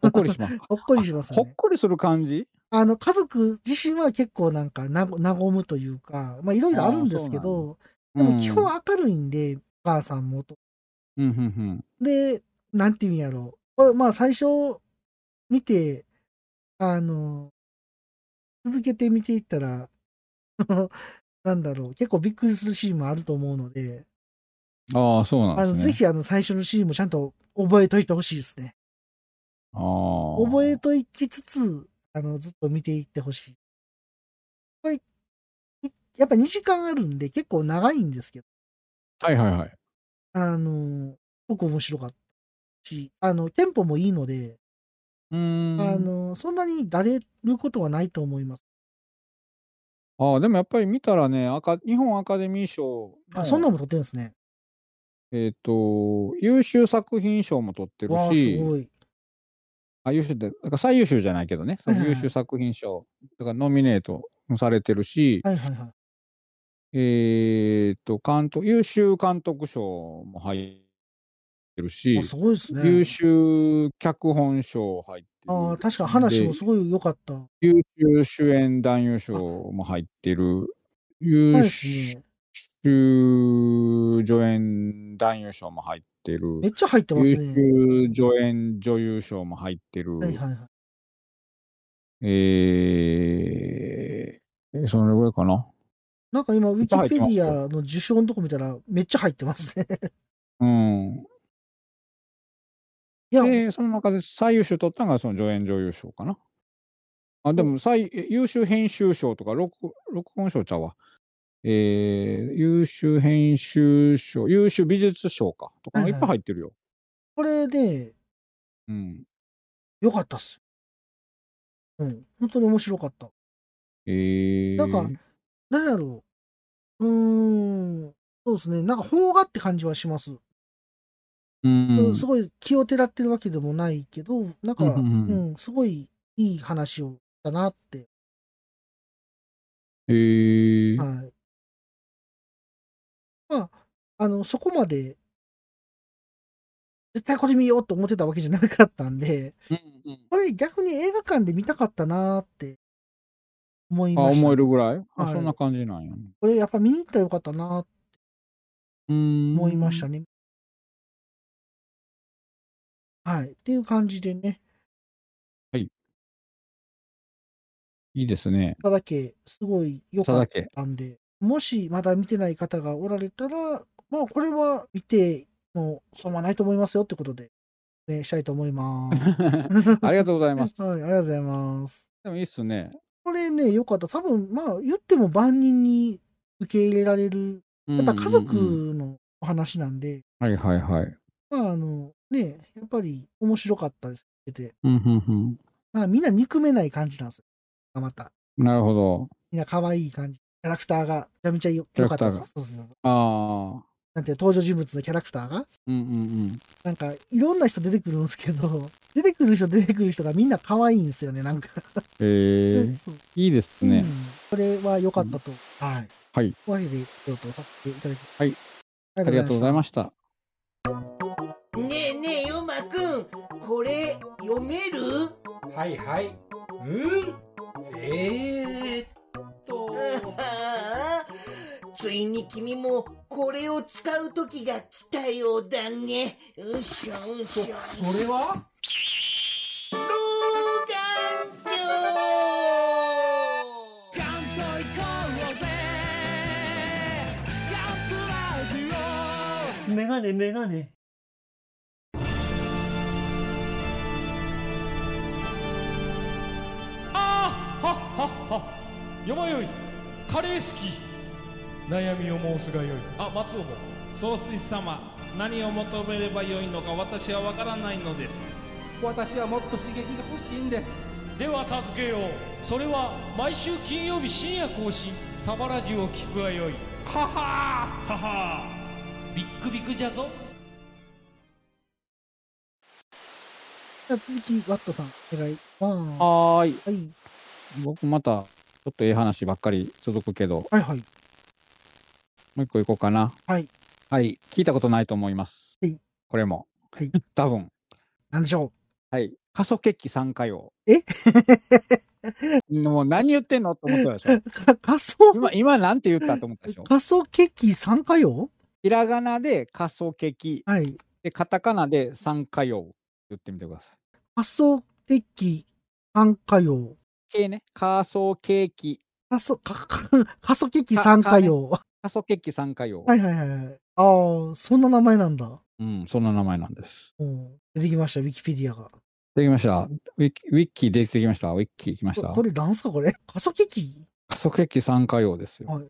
S2: ほっこりします。
S1: [laughs] ほっこりします
S2: ほ
S1: よ
S2: っ
S1: ね。
S2: こりする感じ
S1: あの、家族自身は結構なんか、なご、和むというか、まあ、いろいろあるんですけど、でも基本明るいんで、お母さんもと。
S2: うん、うん、うん
S1: で、なんていうんやろう。これまあ最初見て、あの、続けて見ていったら、 [laughs] なんだろう、結構びっくりするシーンもあると思うので、
S2: うん。ああ、そうなん
S1: あ
S2: で
S1: の
S2: すね。
S1: ぜひあの最初のシーンもちゃんと覚えといてほしいですね。
S2: あー
S1: 覚えといきつつ、あの、ずっと見ていってほしい。これ、いやっぱ2時間あるんで結構長いんですけど、
S2: はいはいはい。
S1: あの、すごく面白かったし、あの、テンポもいいので、
S2: うーん。
S1: あのそんなにだれることはないと思います。
S2: ああ、でもやっぱり見たらね、アカ日本アカデミー賞の
S1: あそんなのも撮ってるんですね。
S2: えっ、と、優秀作品賞も取ってる
S1: わあ、す
S2: し、
S1: ごい。
S2: あ優秀って、だから最優秀じゃないけどね、その
S1: はいはい
S2: 優秀作品賞、だからノミネートもされてるし、
S1: はいはいはい。
S2: えっ、と監督、優秀監督賞も入ってるし
S1: あ、すごいですね。
S2: 優秀脚本賞入ってる。
S1: ああ、確かに話もすごい良かった。
S2: 優秀主演男優賞も入ってる。優
S1: はいっす
S2: 秀
S1: ね。
S2: 助演男優賞も入ってる
S1: め。っちゃ入ってま
S2: 優
S1: すね。
S2: 秀助演女優賞も入ってる。
S1: はいはいはい。
S2: えー、それぐらいかな。
S1: なんか今、ウィキペデ
S2: いっぱい入って
S1: ィ
S2: ま
S1: アの受賞のとこ見たら、めっちゃ入ってますね。
S2: [laughs] うん。
S1: いや、
S2: で、その中で最優秀取ったのがその助演女優賞かな。あ、でも最え優秀編集賞とか、録録音賞ちゃうわ。えー、優秀編集賞、優秀美術賞か。とか、
S1: はいい
S2: っ
S1: はい
S2: ぱい入ってるよ。
S1: これで、
S2: うん。
S1: 良かったっす。うん。本当に面白かった。
S2: えー、
S1: なんかなんやろう。うーん。そうですね。なんか邦画って感じはします。
S2: うん、
S1: すごい気をてらってるわけでもないけど、なんか、
S2: う
S1: うん
S2: うんうん
S1: ん、すごいいい話をだなって。
S2: えー、
S1: はい。まあ、あの、そこまで、絶対これ見ようと思ってたわけじゃなかったんで、
S2: うんうん
S1: これ逆に映画館で見たかったなーって思い
S2: あ、
S1: ました。
S2: 思えるぐらい、
S1: は
S2: あ
S1: い
S2: そんな感じなんや、ね。
S1: これやっぱ見に行ったらよかったなーって
S2: うん。
S1: 思いましたね。はい。っていう感じでね、
S2: いいですね。
S1: ただけ、すごい良
S2: 佐
S1: かっ
S2: だけ。
S1: たんで、もしまだ見てない方がおられたら、まあこれは見ても損はないと思いますよってことで、ね、したいと思います。
S2: [laughs] ありがとうございます。
S1: はい、ありがとうございます。
S2: でもいいっすね。
S1: これね、よかった。多分、まあ、言っても万人に受け入れられる。やっぱ家族
S2: うんうんうん
S1: のお話なんで、
S2: はいはいはい。
S1: まあ、あの、ね、やっぱり面白かったです。見てて
S2: うんうん
S1: まあ、みんな憎めない感じなんですよ。また。
S2: うん。なるほど。
S1: みんな可愛い感じ。キャラクターが、めちゃめちゃよ良かったです。
S2: キャラ
S1: そうそうそう。
S2: ああ。
S1: なんていうの、登場人物のキャラクターが、
S2: うんうん
S1: なんか、いろんな人出てくるんですけど、 [laughs] 出てくる人出てくる人がみんな可愛いんですよね、なんか。
S2: うん。え
S1: [laughs]
S2: え
S1: そう
S2: いいです
S1: うん
S2: ね。
S1: これは良かったと。はい。
S2: はい。
S1: おわけで、ちょっとさせていただきます。
S2: はい。
S1: あ
S2: ありがとうございました。
S3: ねえねえヨマくんこれ読める
S4: はいはい。うんえー、っと。
S3: ああ [laughs] ついに君もこれを使う時が来たようだねうしょう
S4: そ、
S3: しょ
S4: それは
S3: 老眼鏡メガネメガネ
S5: あはっはっはよまよいカレー好き悩みを申すがよいあ松尾も
S6: 総帥様何を求めればよいのか私は分からないのです
S5: 私はもっと刺激が欲しいんですでは助けようそれは毎週金曜日深夜更新サバラジュを聞くがよいははははビックビックじゃぞ
S1: じゃあ続き、ワットさん、お願いします。
S2: はーい。
S1: はい。
S2: 僕また、ちょっとええ話ばっかり続くけど、
S1: はいはい。
S2: もう一個いこうかな。
S1: はい。
S2: はい。聞いたことないと思います。
S1: はい
S2: これも。
S1: はい。
S2: [laughs] 多分。
S1: なんでしょ
S2: はい。過疎決起参加用。
S1: え [laughs]
S2: もう何言ってんのと思ったでしょ。
S1: う。か仮想、
S2: 今、今なんて言ったと思
S1: [laughs]
S2: ったでしょ。
S1: 仮想決起参加用
S2: ひらがなで過疎決起、
S1: はい。
S2: で、カタカナで参加用。言ってみてください。
S1: 仮想決起参加用。
S2: 系ね。仮想ケーキ。
S1: 仮想、か、か、 [laughs] 仮想決起参加用。
S2: 仮想ケーキ参加用。
S1: はいはいはいはい。ああ、そんな名前なんだ。
S2: うん、そんな名前なんです。
S1: うん出てきました、ウィキペディアが。
S2: できました。ウィキ、ウィッキー出てきました。ウィッキー来まし
S1: こ
S2: た
S1: こ。れ、なんすか、これ。仮想決起
S2: 過疎ケーキ参加用ですよ。
S1: はい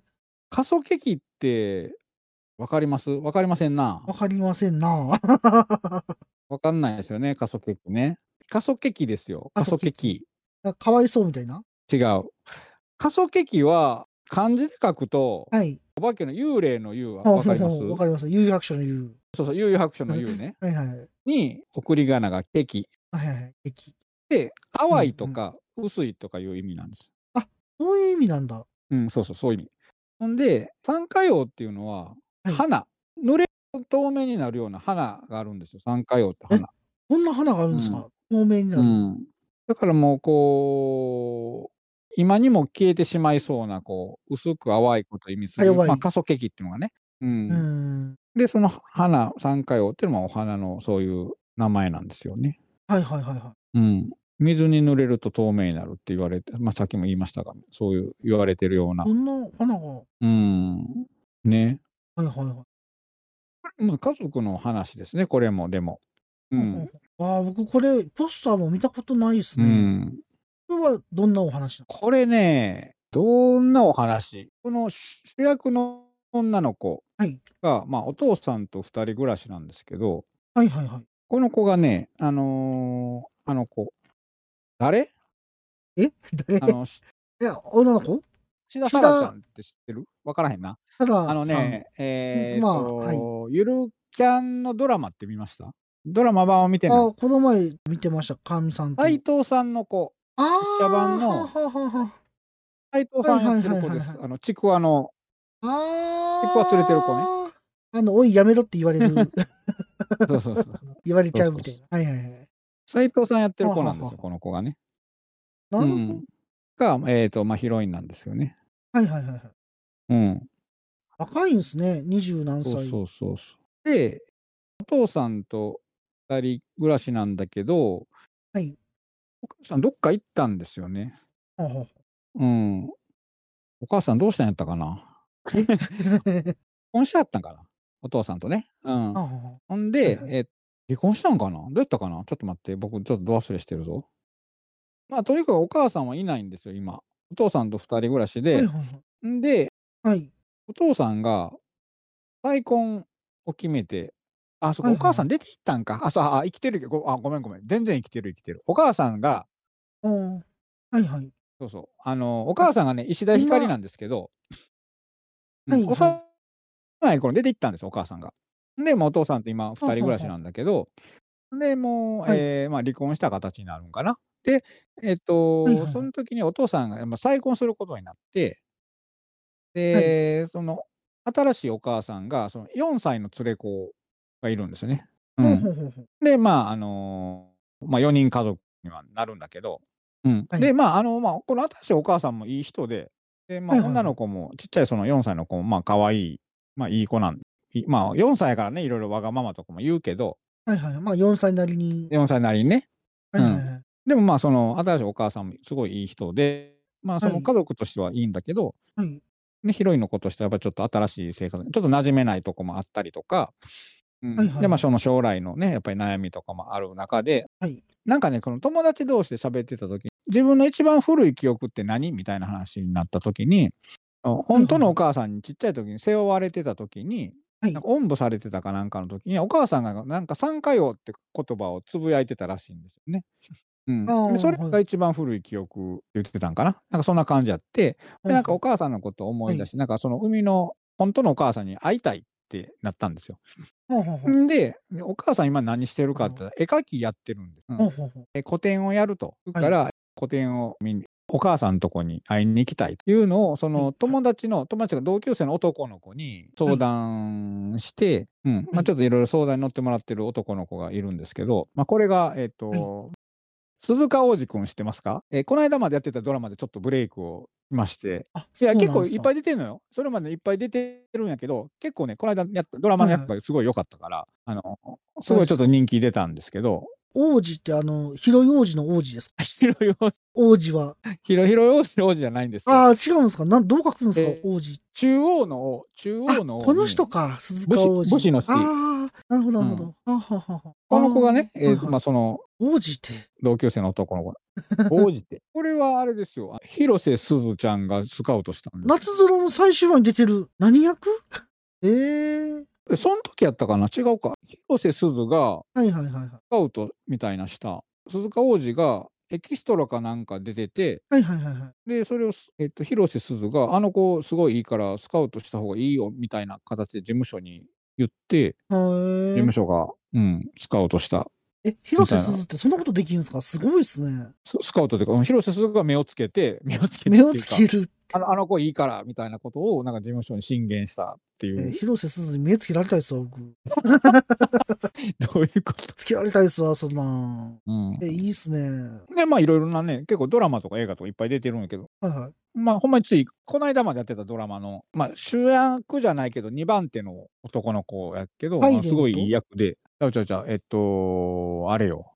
S2: 過疎ケーキって、わかりますわかりませんな
S1: わ。かりませんな。 [laughs]
S2: わかんないですよね。過疎ケーキね。過疎ケーキですよ。過
S1: 過
S2: 疎
S1: 疎
S2: ケ
S1: ケ
S2: ー
S1: ー
S2: キ。
S1: かわいそうみたいな。
S2: 違う。過疎ケーキは、漢字で書くと、
S1: はい。
S2: お化けの幽霊の幽は
S1: あ
S2: わかりま
S1: ほ
S2: す
S1: うほ [laughs] うわかります。悠々白書の悠。
S2: そうそう、悠々白書の幽ね。
S1: はいはい。はい
S2: に、送り仮名が敵。
S1: はいはい。駅。
S2: で、淡いとか、薄いとかいう意味なんです。
S1: そういう意味なんだ。
S2: うん、そうそう、そういう意味。ほんで、三花葉っていうのは、
S1: はい
S2: 花。濡れ透明になるような花があるんですよ。三花葉って花。
S1: こんな花があるんですか、透明になる。
S2: うん、だからもうこう今にも消えてしまいそうなこう薄く淡いことを意味する、
S1: はい
S2: まあ、過疎劇っていうのがね、うん
S1: うん。
S2: でその花三花葉っていうのはお花のそういう名前なんですよね、
S1: はいはいはいは。
S2: うん、水に濡れると透明になるって言われて、まあ、さっきも言いましたがそういう言われてるようない
S1: こ、んな花が。は
S2: うん、ね
S1: いはいはい。
S2: まあ家族の話ですねこれもでも、うん
S1: ああ、僕これ、ポスターも見たことないです
S2: う
S1: ね。
S2: ん、
S1: これはどんなお話な
S2: これね、どんなお話この主主役の女の子
S1: はい
S2: が、まあ、お父さんと二人暮らしなんですけど、
S1: のはいはいはい。
S2: この子がね、あのーあの子、誰
S1: え [laughs]
S2: あ
S1: 誰
S2: の、し
S1: いや、女の子
S2: 志田さらちゃんって知ってるわからへんな。
S1: ただ、
S2: あのね、えー
S1: まあ
S2: と
S1: はい
S2: ゆるキャンのドラマって見ましたドラマ版を見て
S1: さん、あ
S2: ない。
S1: ーこの前見てました、かみさんと。
S2: 斎藤さんの子、
S1: あー
S2: 社版の
S1: はははは
S2: 斎藤さんやってる子で
S1: はいはいはい
S2: す
S1: は。い
S2: あの、ちくわの、
S1: あー
S2: 結構忘れてる子
S1: ね。あの、おい、やめろって言われ
S2: [laughs]
S1: る、
S2: そうそうそう。
S1: 言われちゃうみたいな。はいはいはい。
S2: 斎藤さんやってる子なんで
S1: はは
S2: すよ、
S1: は
S2: この子がね。
S1: なるほど。
S2: うんが、えーとまあ、ヒロインなんですよね。
S1: はいはいはいはい。
S2: うん、
S1: 若いんですね、二十何歳。
S2: そうそうそうそう。で、お父さんと二人暮らしなんだけど、
S1: はい
S2: お母さんどっか行ったんですよね。
S1: ははは [laughs]
S2: うん、お母さんどうしたんやったかな離婚しちゃったんかなお父さんとね。うん、
S1: ははは
S2: ほん
S1: は
S2: で、
S1: いはい
S2: え離婚したんかなどうやったかなちょっと待って、僕ちょっとど忘れしてるぞ。まあ、とにかくお母さんはいないんですよ、今。お父さんと二人暮らしで。
S1: はいはいはい
S2: んで、
S1: はい。
S2: お父さんが再婚を決めて、あ、そこ、
S1: はいは
S2: お
S1: い
S2: 母さん出て行ったんか。あ、そう、あ、生きてるけど、ごあ、ごめんごめん。全然生きてる生きてる。お母さんが、
S1: あーはいはい。
S2: そうそう、あの、お母さんがね、石田ひかりなんですけど、うん
S1: はいはい
S2: 幼い頃に出て行ったんですよ、お母さんが。で、もうお父さんと今、二人暮らしなんだけど、で、もう、
S1: はい
S2: えーまあ、離婚した形になるんかな。で、えっ、と、
S1: はいはいはい
S2: その時にお父さんが、まあ、再婚することになって、で、その、新しいお母さんが、その4歳の連れ子がいるんですよね。う、
S1: ほうんほうほうほう
S2: で、まあ、あのーまあ、4人家族にはなるんだけど、うん
S1: はい
S2: で、まあ、あの、まあ、この新しいお母さんもいい人で、で、ま
S1: は
S2: あ、
S1: いはいはい
S2: 女の子も、ちっちゃいその4歳の子も、まあ、可愛い、まあ、いい子なんいまあ、4歳からね、いろいろわがままとかも言うけど、
S1: はいはい。まあ、四歳なりに。
S2: 4歳なりにね。
S1: はいはいはい。
S2: でも、まあ、その、新しいお母さんもすごいいい人で、まあ、そ
S1: は
S2: の
S1: い
S2: 家族としてはいいんだけど、
S1: はい
S2: ね、ヒロインの子としてはやっぱりちょっと新しい生活に、ちょっと馴染めないとこもあったりとか、うん
S1: はいはい
S2: で、まあ、その将来のね、やっぱり悩みとかもある中で、
S1: はい
S2: なんかね、この友達同士で喋ってた時に自分の一番古い記憶って何みたいな話になった時に、あの本当のお母さんにちっちゃい時に背負われてた時に、
S1: はい
S2: なんかおんぶされてたかなんかの時に、お母さんがなんか三回をって言葉をつぶやいてたらしいんですよね。うん
S1: あー
S2: で、それ
S1: は
S2: が一番古い記憶って言ってたんかななんかそんな感じやって、で、なんかお母さんのことを思い出し、なんかその生みの本当のお母さんに会いたいってなったんですよ。
S1: ほうほうほうん
S2: で、でお母さん今何してるかって言ったら絵描きやってるんです。うん
S1: ほうほうほう
S2: え個展をやると。だから、個展を見に、お母さんのとこに会いに行きたいというのを、そ
S1: はい
S2: の友達の、友達が同級生の男の子に相談して、うん、ま
S1: は
S2: あ、
S1: い
S2: ちょっといろいろ相談に乗ってもらってる男の子がいるんですけど、まあ、これが、えっ、と、鈴鹿央士くん知ってますか、えーこの間までやってたドラマでちょっとブレイクをしまして、
S1: あ
S2: いや、結構いっぱい
S1: い。
S2: 出てるのよ。それまでいっぱい出てるんやけど、結構ね、この間やったドラマのやつがすごい良かったから、あの、すごいちょっと人気出たんですけど、 [laughs]
S1: 王子ってあの、広い王子の王子ですか
S2: 広い王子、
S1: 王子は。
S2: 広い王子の王子じゃないんですよ。
S1: ああ、違うんですかなんどう書くんですか
S2: えー
S1: 王子。
S2: 中央の王、中
S1: あ
S2: 央の王に
S1: この人か、鈴鹿王子。
S2: 武士武士の士
S1: ああ、なるほど、なるほど。あははは
S2: この子がね、
S1: あ
S2: えーまあ、その
S1: 王子って。
S2: 同級生の
S1: [laughs]
S2: 男の子、王子って。これはあれですよ、広瀬すずちゃんがスカウトしたんで
S1: 夏空の最終話に出てる何役 [laughs] ええ
S2: す。その時やったかな違うか。広瀬すずが
S1: はいはいはいはい。
S2: スカウトみたいなした。鈴鹿王子がエキストラかなんか出てて、
S1: はいはいはいはい。
S2: で、それをす、えっと、広瀬すずが、あの子すごいいいからスカウトした方がいいよみたいな形で事務所に言って、事
S1: は
S2: 務所が、うん、スカウトした。
S1: え、広瀬すずってそんなことできるんですかすごいですね。
S2: ススカウトというかうん、広瀬すずが目をつけて、目をつけてっ
S1: 目
S2: ていうか
S1: をつける。
S2: あのあの子いいからみたいなことを、なんか事務所に進言したってい
S1: え
S2: う、
S1: 広瀬すずに目つけられたいっすわ、僕。
S2: [laughs] どういうこと、
S1: つけられたいっすわ、そんなん。
S2: うん、
S1: え、いいっすね。
S2: で、まあ、いろいろなね、結構ドラマとか映画とかいっぱい出てるんやけど、
S1: はいはい。
S2: まあ、ほんまについ、この間までやってたドラマの、まあ、主役じゃないけど、2番手の男の子やけど、
S1: はい
S2: まあすごい
S1: どういうこと
S2: いい役で、ちゃうちゃうちゃう、えっと、あれよ、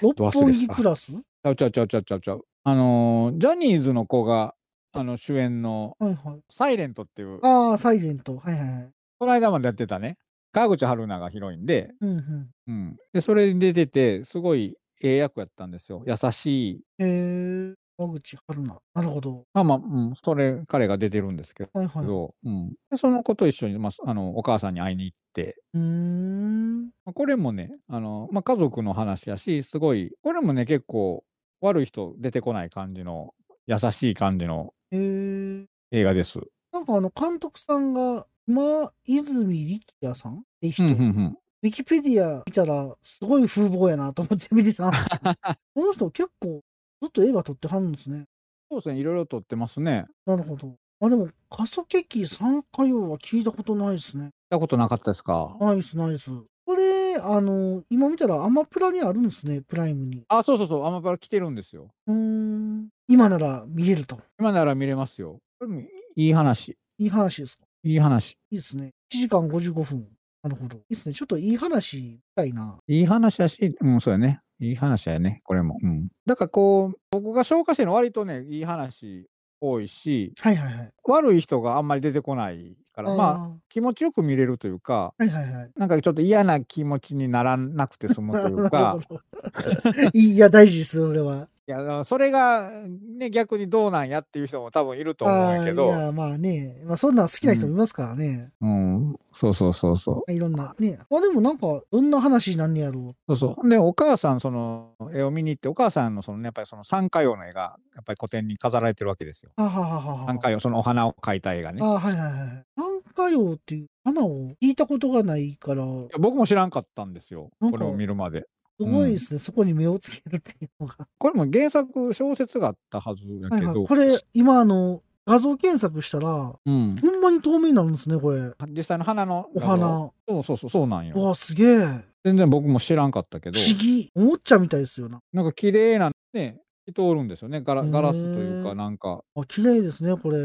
S1: 六
S2: ドアス
S1: 本
S2: レス
S1: 木
S2: か
S1: クラスは
S2: ちゃうちゃうちゃうちゃうちゃうちゃう、あのージャニーズの子が、あの、主演の、
S1: いはい。
S2: サイレントっていう、こ
S1: ああ、サイレント。はいはいはい。
S2: の間までやってたね、川口春奈がヒロインで、
S1: うんうん。
S2: うん、でそれに出てて、すごいええ役やったんですよ。優しい。
S1: えー、川口春奈。なるほど。
S2: まあまあ、うん、それ、彼が出てるんですけ
S1: はいはい。う
S2: ど、うん、でその子と一緒に、まあ、あのお母さんに会いに行って、
S1: ーん。
S2: まあこれもね、あのまあ、家族の話やし、すごい、これもね、結構悪い人出てこない感じの、優しい感じの
S1: えー、
S2: 映画です。
S1: なんかあの、監督さんが、今泉力也さんって
S2: う
S1: 人、
S2: んうんう
S1: ウ
S2: ん、
S1: ィキペディア見たら、すごい風貌やなと思って見てたんですけ
S2: [laughs]
S1: ど、この人結構、ずっと映画撮ってはるんですね。
S2: そうですね、いろいろ撮ってますね。
S1: なるほど。あ、でも、過疎劇3火曜は聞いたことないですね。
S2: 見たことなかったですか。
S1: ナイスナイス。これ、あの、今見たらアマプラにあるんですね、プライムに。
S2: あ、そうそうそう、アマプラ来てるんですよ。
S1: うーん。今なら見れると。
S2: 今なら見れますよ。これもいい話、
S1: いい話ですか。
S2: いい話。
S1: いいですね。1時間55分。なるほど。いいですね。ちょっといい話みたいな。
S2: いい話やし、うん、そうやね。いい話やね、これも。うん。だからこう、僕が消化してるの割とね、いい話多いし、
S1: はいはいはい。
S2: 悪い人があんまり出てこないから、まあ、気持ちよく見れるというか、
S1: あー。はいはいはい。
S2: なんかちょっと嫌な気持ちにならなくて [laughs] 済むという
S1: な
S2: か
S1: る、ほどいや、大事ですよ、それは。
S2: いや、それがね、逆にどうなんやっていう人も多分いる [laughs] と思うんやけ
S1: あーい
S2: ど、
S1: や、まあね。まあ、そんなん好きな人もいますからね。
S2: うん、そうそうそうそう。
S1: いろんな。ね。まあ、でもなんか、どんな話になんねやろ
S2: そうそう。で、お母さん、その、絵を見に行って、お母さんの、そのね、やっぱりその参加用の絵が、やっぱり古典に飾られてるわけですよ。
S1: う。あははははは。
S2: 参加用、そのお花を描いた絵がね。
S1: あはいはいはい。短歌謡っていう花を聞いたことがないから、
S2: いや僕も知らんかったんですよ。
S1: なん
S2: こ
S1: か
S2: れを見るまで。
S1: すごいですね、そこに目をつけるっていうのが。
S2: これも原作小説があったはずや
S1: は
S2: け
S1: いはい、
S2: ど、
S1: これ、今、あの、画像検索したら、ほ
S2: うん、
S1: んまに透明になるんですね、これ。
S2: 実際の花の
S1: お
S2: あの
S1: 花。
S2: そうそうそうそうなん
S1: わ
S2: よ。
S1: あ、すげえ。
S2: 全然僕も知らんかったけ
S1: 不
S2: ど、
S1: 思議。おもちゃみたいですよな。
S2: なんか綺麗なね人おるんですよね。ガラガラスという
S1: へー
S2: かなんか
S1: あ、綺麗ですね、これ。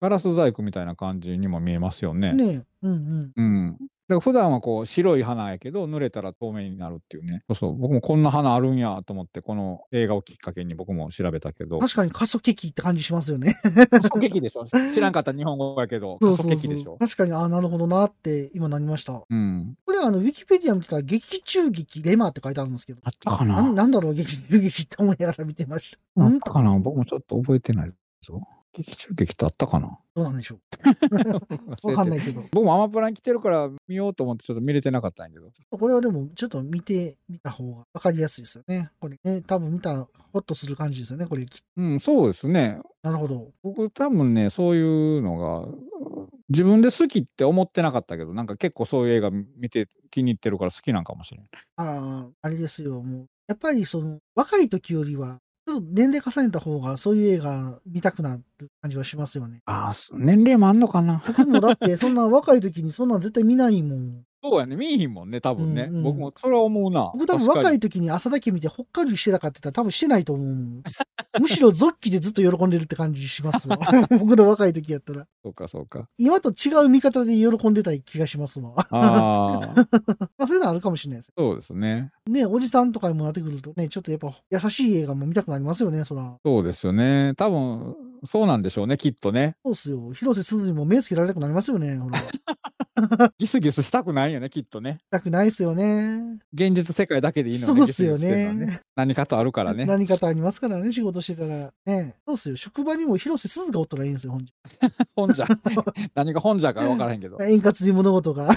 S2: ガラス細工みたいな感じにも見えますよね。
S1: ねえ。うんうん。
S2: うん。だから普段はこう白い花やけど濡れたら透明になるっていうね。そうそう。僕もこんな花あるんやと思ってこの映画をきっかけに僕も調べたけ [laughs] ど。
S1: 確かに過疎劇って感じしますよね。
S2: 過疎劇でしょ知らんかった日本語やけ [laughs] ど、 [laughs] 過疎劇でしょ
S1: 確かに、あなるほどなって今なりました。こ
S2: うん。
S1: れ、あの、ウィキペディア見てたら、劇中劇レマって書いてあるんですけど。
S2: あったか
S1: な
S2: な
S1: なんだろう、劇中劇って思いながら見てました。
S2: あ
S1: な
S2: っ
S1: ん
S2: た
S1: か
S2: かな僕もちょっと覚えてないぞ。劇中劇ってあったかな
S1: どうなんでしょう。わ
S2: わ
S1: かんないけど。
S2: 僕もアマプラに来てるから見ようと思ってちょっと見れてなかったんやけど。
S1: これはでも、ちょっと見てみた方がわかりやすいですよね。これね、多分見たらホッとする感じですよね、これ。
S2: うん、そうですね。
S1: なるほど。
S2: 僕多分ね、そういうのが、自分で好きって思ってなかったけど、なんか結構そういう映画見て気に入ってるから好きなんかもしれない。
S1: ああ、あれですよ、もう。やっぱりその、若い時よりは、ちょっと年齢重ねた方が、そういう映画見たくなる感じはしますよね。
S2: ああ、年齢もあんのかな
S1: 僕もだって、そんな若い時にそんなん絶対見ないもん。
S2: そうやね。見えひんもんね、多分ね。
S1: うんうん
S2: 僕もそれは思うな。
S1: 僕多分
S2: 確か
S1: 若
S2: に
S1: い時に朝だけ見て、ほっかりしてたかって言ったら多分してないと思うもん。むしろゾッキでずっと喜んでるって感じします
S2: [laughs]
S1: わ。僕の若い時やったら。
S2: そうか、そうか。
S1: 今と違う見方で喜んでた気がしますわ。 [laughs]
S2: ああ、
S1: まあそういうのはあるかもしれないです。
S2: そうですね。
S1: ね、おじさんとかにもなってくるとね、ちょっとやっぱ優しい映画も見たくなりますよね、そら。
S2: そうですよね。多分、そうなんでしょうね、きっとね。
S1: そうっすよ。広瀬すずにも目つけられたくなりますよね、ほ
S2: [laughs]
S1: ら。
S2: ギスギスしたくないよね、きっとね。
S1: たくないっすよね。
S2: 現実世界だけでいいの
S1: そうっす
S2: ギ
S1: よ
S2: スギスしてるのは
S1: ね。
S2: 何かとあるか
S1: [laughs]
S2: らね。
S1: 何かとありますからね、仕事してたら。ね。そうっすよ。職場にも広瀬すずがおったらいいんですよ、本日。
S2: [laughs] 本じゃ。何が本じゃか分からへんけど。 [laughs]
S1: 円滑に物事が。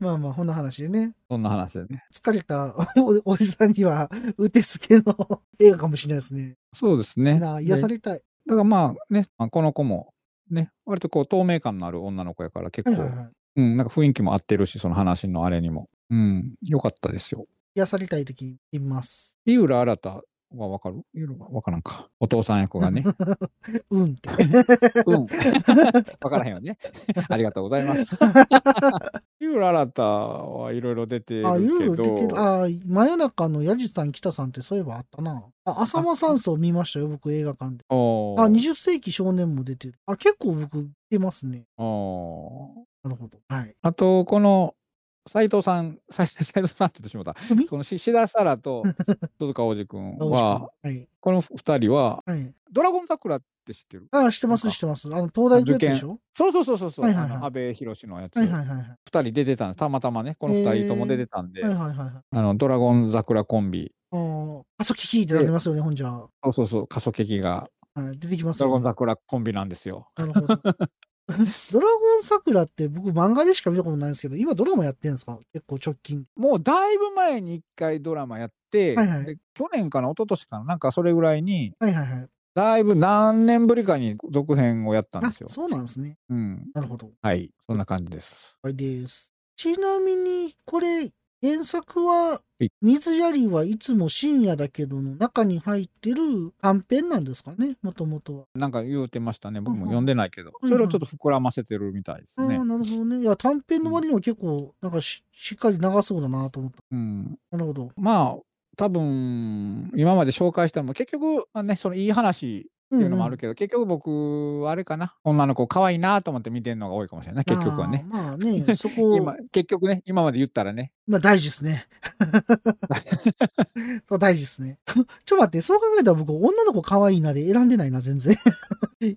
S1: まあまあ、こんな話でね。
S2: そんな話でね。
S1: 疲れた [laughs] おおじさんには、うてつけの [laughs] 映画かもしれないですね。
S2: そうですね。
S1: なあ癒さ
S2: で
S1: れたい。
S2: だからまあね、まあこの子も、ね、割とこう透明感のある女の子やから結
S1: はい
S2: 構、
S1: はいはい。
S2: うん、なんか雰囲気も合ってるし、その話のあれにも。うん、よかったですよ。
S1: 癒されたい時に言います。
S2: 井浦新はわかる井浦はわからんか。お父さん役
S1: [laughs]
S2: がね。
S1: うんっ
S2: [laughs]
S1: て。
S2: うん。わからへんよね。 [laughs] ありがとうござ
S1: [laughs]
S2: います。井浦新はいろいろ出てる
S1: あ、いろいろ
S2: け
S1: 出てる。
S2: ど、
S1: あ、真夜中のヤジさん、北さんってそういえばあったな。あ、浅間山荘見ましたよ、僕映画館で。
S2: おー
S1: あ、20世紀少年も出てる。あ、結構僕出ますね。
S2: おー
S1: なるほど。はい。
S2: あと、この、斎藤さん、斎藤さんって言ってしまった。
S1: み
S2: このし志田沙羅と鈴鹿央士く
S1: あ
S2: ん
S1: 面白
S2: は、
S1: いはい。
S2: この二人は、
S1: はい。
S2: ドラゴン桜って知ってる
S1: あ、してま
S2: な
S1: す、
S2: んか
S1: してます。あの、東大のやつでしょ
S2: そうそうそうそうそう、
S1: はいはいはい
S2: あの安倍博のやつ、
S1: はいはいはいはい。
S2: 2人出てたんですたまたまねこの2人とも出てたんで、
S1: はいはいはいはい。
S2: あのドラゴン桜コンビ
S1: あーあ、そっき聞いてなりますよね、ほんじゃ。は
S2: そうそうそう過疎劇が
S1: い、出てきます
S2: ドラ
S1: よ
S2: ゴ
S1: ね
S2: ン桜コンビなんですよ
S1: なるほど。 [laughs] ドラゴン桜って僕漫画でしか見たことないんですけど、今ドラマやってんですか結構直近。
S2: もうだいぶ前に1回ドラマやって、
S1: はいはい
S2: で去年かな一昨年かななんかそれぐらいに
S1: はいはいはい。
S2: だいぶ何年ぶりかに続編をやったん
S1: あ
S2: ですよ、
S1: そうなんですね。
S2: うん、
S1: なるほど。
S2: はいそんな感じです
S1: はいです。ちなみに、これ、原作は
S2: はい、
S1: 水やりはいつも深夜だけどの中に入ってる短編なんですかね、もともとは。
S2: なんか言うてましたね僕
S1: うんう
S2: も
S1: ん
S2: 読んでないけど、
S1: うん
S2: それをちょっと膨らませてるみたいです
S1: ああ
S2: ね
S1: ー、、なるほどね。いや、短編の割には結構、なんかししっかり長そうだなと思っ
S2: うん、
S1: た。なるほど。
S2: まあ、多分今まで紹介したのも、結局、まあね、そのいい話っていうのもあるけど、結局僕、あれかな、女の子、可愛いなと思って見てるのが多いかもしれない、結局はね。
S1: まあ。まあね、そこ、
S2: [laughs] 今結局ね、今まで言ったらね、
S1: まあ大事です
S2: [laughs]
S1: ね。そう、大事ですね。ちょ、待って、そう考えたら僕、女の子可愛いなで選んでないな、全
S2: [laughs]
S1: 然。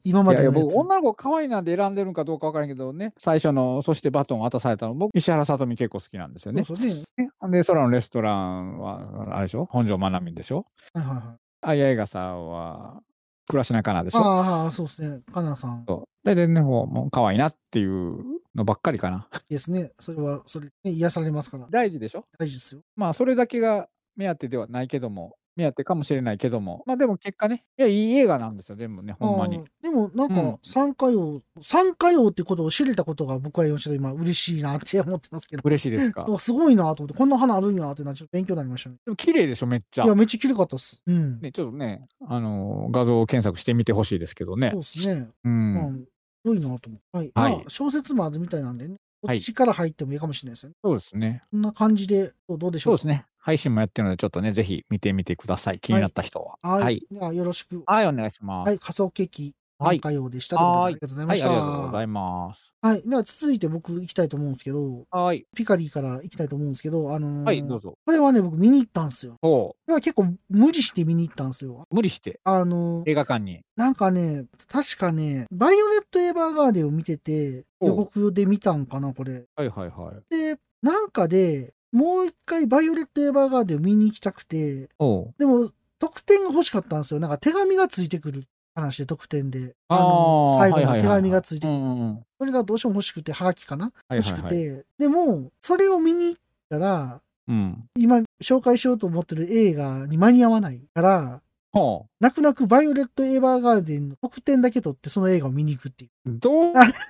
S1: 今
S2: い
S1: ま
S2: やい
S1: で
S2: や
S1: のや
S2: 僕、
S1: つ。
S2: 女の子可愛いなんて選んでるんかどうか分からんけどね、最初の、そしてバトン渡されたの、僕、石原さとみ結構好きなんですよね。
S1: そうそうね。
S2: で、空のレストランは、あれでしょ、本上まなみでしょ、
S1: はいはいはい。
S2: あいやいがさんは、倉科かなでしょ。
S1: ああ、そうですね。かなさん
S2: そう大体ね、もうもう可愛いなっていうのばっかりかな。
S1: ですね。それは、それ、ね、癒されますから。
S2: 大事でしょ
S1: 大事ですよ。
S2: まあ、それだけが目当てではないけども、目当てかもしれないけども、まあでも結果ね、いや、いい映画なんですよ、でもね、ほんま
S1: あ
S2: に
S1: ー。。でも、なん
S2: うん
S1: か、参加用、参加用ってことを知れたことが僕は今ちょっと今嬉しいなって思ってますけど。
S2: 嬉しいですか。
S1: あすごいなと思って、こんな花あるんやってな、ちょっと勉強になりましたね。
S2: でも綺麗でしょ、めっちゃ
S1: いや、。めっちゃ綺麗かったっす。うん。
S2: ね、ちょっとね、あのー画像を検索してみてほしいですけどね
S1: そう。ですね。
S2: う
S1: まあ、
S2: ん、
S1: すごいなと思って。はい。
S2: はい
S1: まあ、小説もあるみたいなんでね。こ
S2: は
S1: っ
S2: い
S1: ちから入ってもいいかもしれないですよね。
S2: そうですね。
S1: こんな感じで、どうどうでし
S2: そ
S1: ょ
S2: う
S1: う
S2: ですね。配信もやってるので、ちょっとね、ぜひ見てみてください。気になった人は。
S1: か。はい。
S2: はい。
S1: では、よろしく。
S2: はい、お願いします。
S1: はい。仮想ケーキ、
S2: は
S1: 参
S2: い
S1: 加用でした。ということで、あ
S2: は
S1: り
S2: い
S1: がとうございました。
S2: はい、ありがとうございます。
S1: はい。では、続いて僕行きたいと思うんですけど、
S2: はい。
S1: ピカリから行きたいと思うんですけど、あのー
S2: はい、どうぞ。
S1: これはね、僕見に行ったんですよ。
S2: おう
S1: これは結構無理して見に行ったんですよ。
S2: 無理して、
S1: あのー
S2: 映画館に。
S1: なんかね、確かね、バイオレット・エヴァーガーデンを見てて、
S2: おう
S1: 予告で見たんかな、これ。
S2: はいはいはい。
S1: で、なんかで、もう一回バイオレット・エヴァーガーデンを見に行きたくて、
S2: おう
S1: でも、特典が欲しかったんですよ。なんか手紙がついてくる話で、特典で。
S2: あー
S1: の、
S2: は
S1: 最
S2: い
S1: 後
S2: はいは
S1: の
S2: い
S1: 手紙がついて
S2: う
S1: くる。
S2: んうんうん。は
S1: それがどうしても欲しくて、ハガキかな、
S2: い
S1: 欲し
S2: はい
S1: く
S2: はい。
S1: て。でも、それを見に行ったら、
S2: うん。
S1: 今紹介しようと思ってる映画に間に合わないから、
S2: ほう。
S1: 泣く泣くバイオレット・エヴァーガーデンの特典だけ取ってその映画を見に行くってい
S2: どうい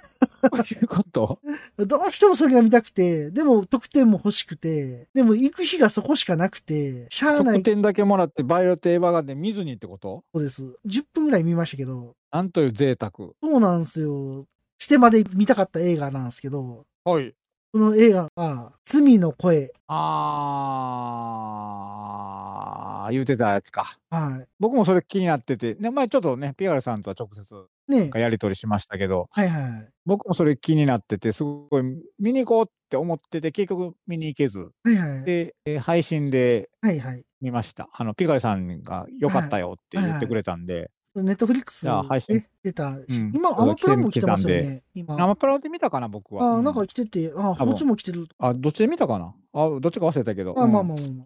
S1: [laughs]
S2: うこと
S1: う。どうしてもそれが見たくて、でも特典も欲しくて、でも行く日がそこしかなくて、しゃあない
S2: 得点だけもらって、バイオレット・エヴァーガーデン見ずにってこと
S1: そうです。10分ぐらい見ましたけど、
S2: なんという贅沢。
S1: そうなんですよ。してまで見たかった映画なんですけど、
S2: はい。
S1: その映画が、罪の声。
S2: あー、言うてたやつか。
S1: は
S2: 僕もそれ気になってて、ね、前ちょっとね、ピアルさんとは直接
S1: い。ね
S2: やり取りしましたけど、
S1: はいはい。
S2: 僕もそれ気になってて、すごい見に行こうって思ってて、結局見に行けず、
S1: はいはい。
S2: で、えー配信で
S1: はいはい。
S2: 見ました。あの、ピカルさんが良かったよって言ってくれたんで、
S1: ネットフリックス
S2: いや配信
S1: で出たし、
S2: うん
S1: 今、アマプラも来てますよ
S2: 来て
S1: ね。今。
S2: 生プラで見たかな、僕は。
S1: ああ、なん
S2: う
S1: か来てて、ああ、
S2: 多
S1: こ
S2: 分
S1: っちも来てる。
S2: あ、どっちで見たかなあ、どっちか忘れたけど。
S1: まあまあ
S2: うん
S1: まあまあまあ。
S2: ま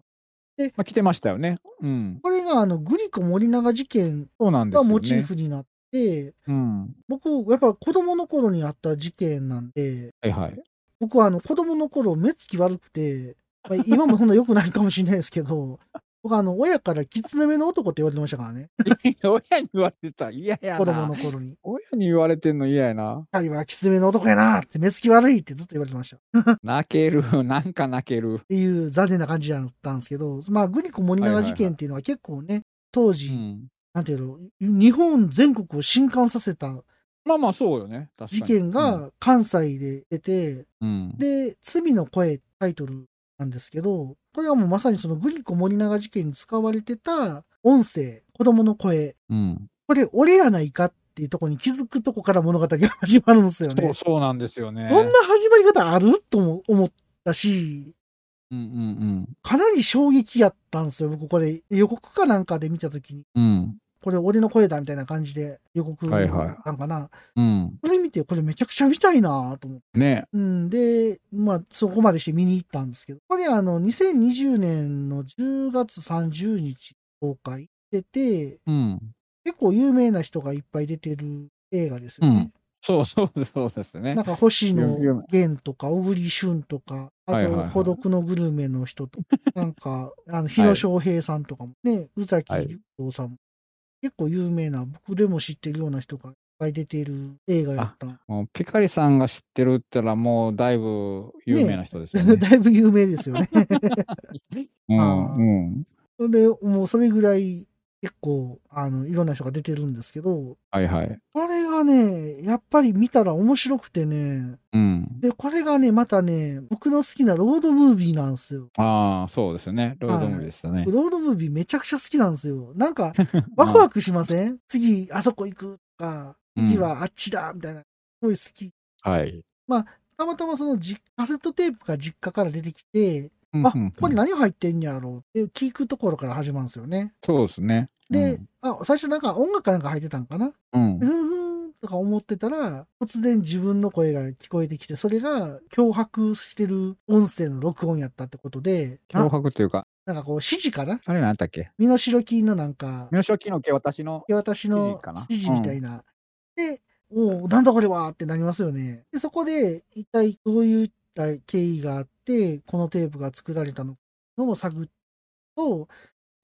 S2: あ来てましたよね。うん。
S1: これが、あの、グリコ森永事件
S2: そうなんです
S1: が
S2: よ、ね。
S1: モチーフになって、
S2: うん。
S1: 僕、やっぱ子供の頃にあった事件なんで、
S2: はいはい。
S1: 僕はあの子供の頃目つき悪くて、まあ今もそんな良くないかもしれないですけど、 [laughs] 僕はあの親からキツネ目の男って言われてましたからね、
S2: [laughs] 親に言われてた。嫌や
S1: 子供
S2: な
S1: の。頃に。
S2: 親に言われてんの嫌やな。
S1: 二人はキツネ目の男やなって目つき悪いってずっと言われてました。っ
S2: 泣ける。 [laughs] なんか泣ける。
S1: ていう残念な感じだったんですけど、まあグリコ森永事件っていうのは結構ね、当時、
S2: うん。
S1: なんていうの、日本全国を震撼させた
S2: まあまあ、そうよね。確かに。
S1: 事件が関西で出て、
S2: うん、
S1: で、罪の声タイトルなんですけど、これはもうまさにそのグリコ森永事件に使われてた音声、子供の声、
S2: うん。
S1: これ俺やないかっていうとこに気づくとこから物語が始まるんですよ
S2: そ
S1: ね
S2: う、。そうなんですよね。
S1: こんな始まり方あるとも思ったし、
S2: うんうん
S1: かなり衝撃やったんですよ。僕これ予告かなんかで見たときに、
S2: うん。うん。
S1: これ俺の声だみたいな感じで予告
S2: は
S1: ないんか
S2: はい
S1: な。
S2: うん。
S1: これ見て、これめちゃくちゃ見たいなと思って
S2: ね
S1: うん、で、まあ、そこまでして見に行ったんですけど、これ、あの、2020年の10月30日公開出て、
S2: うん。
S1: 結構有名な人がいっぱい出てる映画ですよね。
S2: そうそうそうですね
S1: な。んか、星野
S2: 有
S1: 源とか、小栗旬とか、あ
S2: はい
S1: と
S2: はいは、い
S1: 孤独のグルメの人
S2: [laughs]
S1: とか、なんか、あの、日野翔平さんとかもね、宇崎竜郎さんも、結構有名な、僕でも知ってるような人がいっぱい出てる映画やった。
S2: もうピカリさんが知ってるって言ったらもうだいぶ有名な人ですよ
S1: [laughs]
S2: ね。
S1: だいぶ有名ですよね。
S2: うんうん。
S1: で、もうそれぐらい結構、あの、いろんな人が出てるんですけど、
S2: はいはい。
S1: これがね、やっぱり見たら面白くてね、
S2: うん。
S1: で、これがね、またね、僕の好きなロードムービーなんですよ。
S2: ああ、そうですね。ロードムービーでしたね。
S1: ロードムービーめちゃくちゃ好きなんですよ。なん
S2: [laughs]
S1: か、ワクワクしません次、あそこ行くとか、
S2: うん
S1: 次はあっちだ、みたいな。すごい好き。
S2: はい。
S1: たまたまその実カセットテープが実家から出てきて、あ、これ
S2: な
S1: 何入ってんやろうって聞くところから始まるんですよね。
S2: そうですね。
S1: で、あ、最初なんか音楽かなんか入ってたんかな
S2: うん、
S1: ふんふんとか思ってたら、突然自分の声が聞こえてきて、それが脅迫してる音声の録音やったってことで、な
S2: 脅迫っていうか、
S1: なんかこう指示かな
S2: あれなんだっけ
S1: 身代金のなんか、
S2: 身代金の毛私の。
S1: 私の
S2: 指示かな
S1: 指示みたいな。で、おお、なんだこれはってなりますよね。で、そこで一体どういった経緯があって、このテープが作られたのかのを探ると、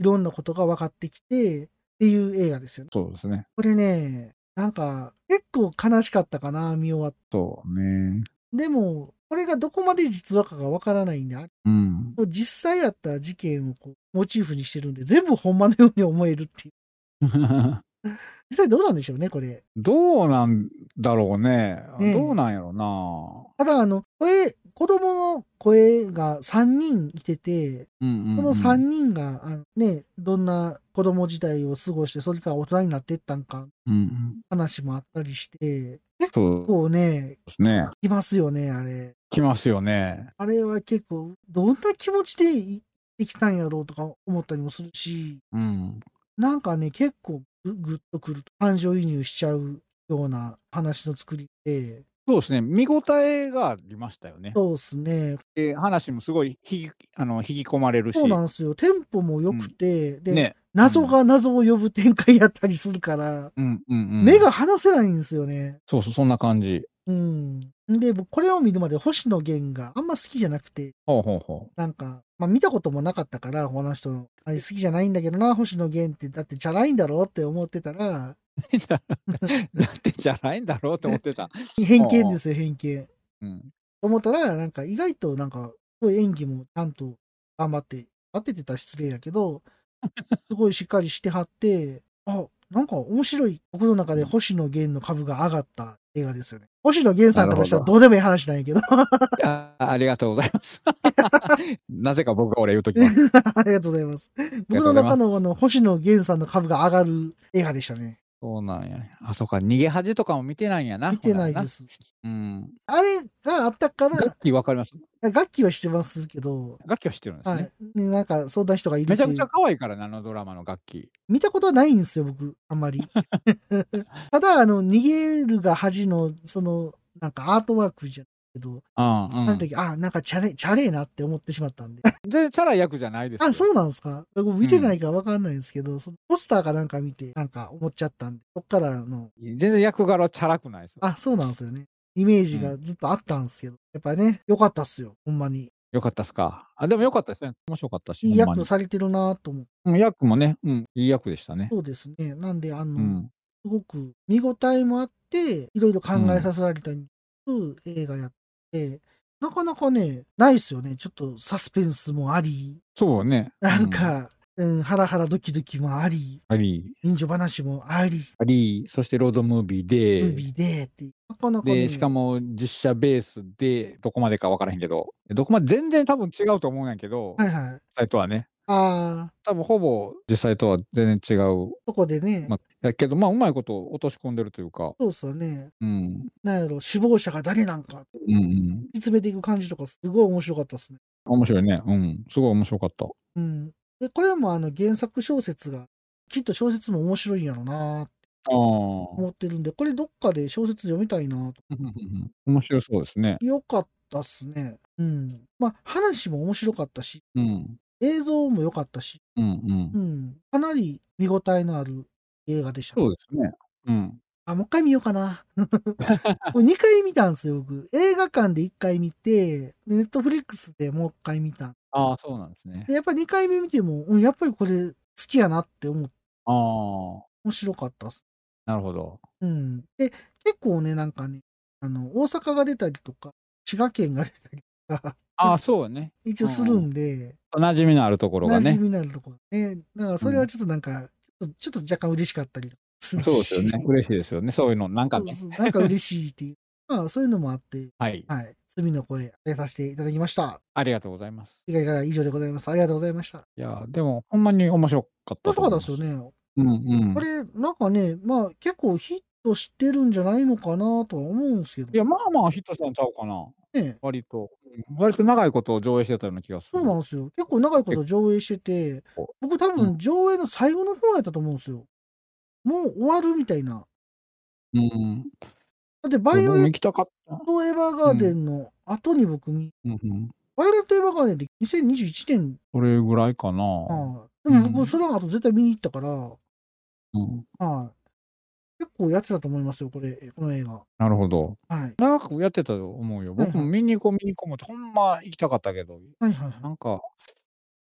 S1: いろんなことが分かってきて、っていう映画ですよね。
S2: そうですね。
S1: これね、なんか結構悲しかったかな、見終わって。
S2: そうね。
S1: でも、これがどこまで実話かがわからないんで、あ
S2: うん。 [laughs]
S1: もう実際あった事件をこうモチーフにしてるんで、全部ほんまのように思えるっていう。実際どうなんでしょうね、これ。
S2: どうなんだろうね。
S1: ねえ
S2: どうなんやろうな。
S1: ただ、あの、声、子供の声が3人いてて、
S2: うんうんうん
S1: この3人が、あのね、どんな子供時代を過ごして、それから大人になっていったんか、
S2: うんうん
S1: 話もあったりして、
S2: そう
S1: こうね、
S2: ですね。
S1: いますよね、あれ。
S2: 来ますよね。
S1: あれは結構、どんな気持ちでい生きたんやろうとか思ったりもするし、
S2: うん。
S1: なんかね、結構ぐぐっとくると、感情移入しちゃうような話の作りで、
S2: そうですね。見応えがありましたよね。
S1: そうですね、
S2: で話もすごい引きあの引き込まれるし。
S1: そうなんですよ、テンポも良くて、で、
S2: ね。
S1: 謎が謎を呼ぶ展開やったりするから、
S2: うんうんうん。
S1: 目が離せないんですよね。
S2: そうそう、そんな感じ。
S1: うん。で、僕これを見るまで星野源があんま好きじゃなくて、
S2: ほうほうほ
S1: なんか、まあ見たこともなかったから、この人の、あれ好きじゃないんだけどな、星野源って、だってチャラいんだろうって思ってたら、
S2: う。だってじゃ [laughs] ないんだろうと思ってた。
S1: 偏見ですよ、偏見。
S2: うん。
S1: と思ったら、なんか意外となんか、すごい演技もちゃんと頑張って、当ててたら失礼やけ
S2: [laughs]
S1: ど、すごいしっかりしてはって、あ、なんか面白い。僕の中で星野源の株が上がった映画ですよね。星野源さんからしたら
S2: なる
S1: ど
S2: ほ
S1: うでもいい話なんやけど。 [laughs]
S2: いやありがとうございます。 [laughs] なぜか僕が俺言うときます。
S1: ありがとうございます。
S2: りが
S1: 僕
S2: と
S1: の
S2: うございま
S1: 中
S2: す
S1: のあの星野源さんの株が上がる映画でしたね。
S2: そうなんやね。あ、そうか。逃げ恥とかも見てないんやな。
S1: 見てないで
S2: ほ
S1: す。
S2: んならな。うん。
S1: あれがあったか
S2: ガ
S1: ら
S2: ッ、キーわかります。
S1: 楽器はしてますけど、
S2: ガッキーは知ってるんです
S1: は
S2: ね。
S1: い。ねなんか、そんな人がいる
S2: め
S1: っ
S2: ち
S1: て
S2: ゃくちゃ可愛いからな、あのドラマの楽器。
S1: 見たことはないんですよ、僕、あんま
S2: [laughs]
S1: り。ただ、あの、逃げるが恥の、その、なんかアートワークじゃないけど、
S2: うん
S1: あ
S2: う
S1: の
S2: ん。
S1: 時、あ、なんかチャレ、チャレーなって思ってしまったんで。
S2: 全然チャラい役じゃないですよ。
S1: あ、そうなんですか僕見てないからわかんないんですけど、そのポスターかなんか見て、なんか思っちゃったんで、そっからの、
S2: 全然役柄はチャラくないですよ。
S1: あ、そうなんですよね。イメージがずっとあったんですけど、やっぱね、良かったっすよ、ほんまに。
S2: よかったっすか。あ、でもよかったですね。面白かったし。
S1: いい
S2: ほん
S1: 役
S2: ま
S1: を
S2: に
S1: されてるなと思う。
S2: うん役もね、うん、いい役でしたね。
S1: そうですね。なんで、あの、
S2: うん。
S1: すごく見応えもあって、いろいろ考えさせられたりする映画やって、なかなかね、ないですよね。ちょっとサスペンスもあり、
S2: そうね。
S1: なん
S2: うん、
S1: か、うんハラハラドキドキもあり、
S2: あり、
S1: 人情話もあり、
S2: あり、そしてロードムービーで、
S1: ムービーでっていう、なかなかね、
S2: で、しかも実写ベースで、どこまでか分からへんけど、どこまで全然多分違うと思うんやけど、
S1: はいはい。
S2: 実際とはね、
S1: ああ、
S2: 多分ほぼ実際とは全然違う。
S1: そこでね、
S2: まあ、やけど、まあ、うまいこと落とし込んでるというか、
S1: そうっすよね。
S2: うん、
S1: なんやろ、首謀者が誰なんか、
S2: うん、うん、
S1: 見つめていく感じとか、すごい面白かったですね。
S2: 面白いね。うん、すごい面白かった。
S1: うん。で、これもあの原作小説が、きっと小説も面白いんやろなと
S2: ああ、
S1: 思ってるんで、これどっかで小説読みたいなと。
S2: [laughs] 面白そうですね。
S1: よかったっすね。うん。まあ、話も面白かったし、
S2: うん、
S1: 映像も良かったし、
S2: うん、うん
S1: う。ん。かなり見応えのある映画でした。
S2: そうですね。うん。
S1: あ、もう一回見ようかな。 [laughs] もう2回見たんですよ、僕。映画館で1回見て、ネットフリックスでもう1回見た。
S2: ああ、そうなんですね
S1: で、。やっぱ2回目見ても、うん、やっぱりこれ好きやなって思って、
S2: ああ、
S1: 面白かったっす。
S2: なるほど。
S1: うん。で、結構ね、なんかね、あの、大阪が出たりとか、滋賀県が出たりとか、 [laughs]
S2: ああ、そうね。
S1: 一応するんで、
S2: お馴染みのあるところが
S1: 馴染
S2: ね。
S1: みになるところね。だからそれはちょっとなんか、ちょっとちょっと若干嬉しかったりするし
S2: そうですよね。嬉しいですよね。そういうの、なんか
S1: そう
S2: ね。
S1: そうなんか嬉しいっていう。まあ、そういうのもあって、
S2: はい。
S1: はい。罪の声、上げさせていただきました。
S2: ありがとうございます。
S1: 以外から以上でございます。ありがとうございました。
S2: いやー、でも、ほんまに面白かった
S1: 面
S2: と
S1: 白か
S2: 思
S1: っ
S2: い
S1: た
S2: ま
S1: ですよ。ね。
S2: うんうん
S1: こ。れ、なんかね、まあ、結構ヒットしてるんじゃないのかなとは思うんですけど
S2: いや、まあまあヒットしたんちゃうかな。
S1: ね。
S2: 割と。割と長いことを上映してたような気がする。
S1: そうなんですよ。結構長いこと上映してて
S2: 構、
S1: 僕多
S2: う
S1: 分上映の最後の方やったと思うんですよ。もう終わるみたいな。
S2: うん。
S1: だって、バ
S2: 僕
S1: イオ
S2: も
S1: レッ
S2: 行きたかった。
S1: ト・エヴァーガーデンの後に僕、
S2: うんうん。
S1: バイオレット・エヴァーガーデンって2021年
S2: それぐらいかな。
S1: はいでも
S2: うん
S1: 僕、それの後絶対見に行ったから、
S2: うん。
S1: はい。結構やってたと思いますよ、これ、この映画。
S2: なるほど。
S1: はい。
S2: 長くやってたと思うよ。
S1: はいはい
S2: 僕も見に行こう見に行こうもって、ほんま行きたかったけど、
S1: はいはいはい
S2: なんか、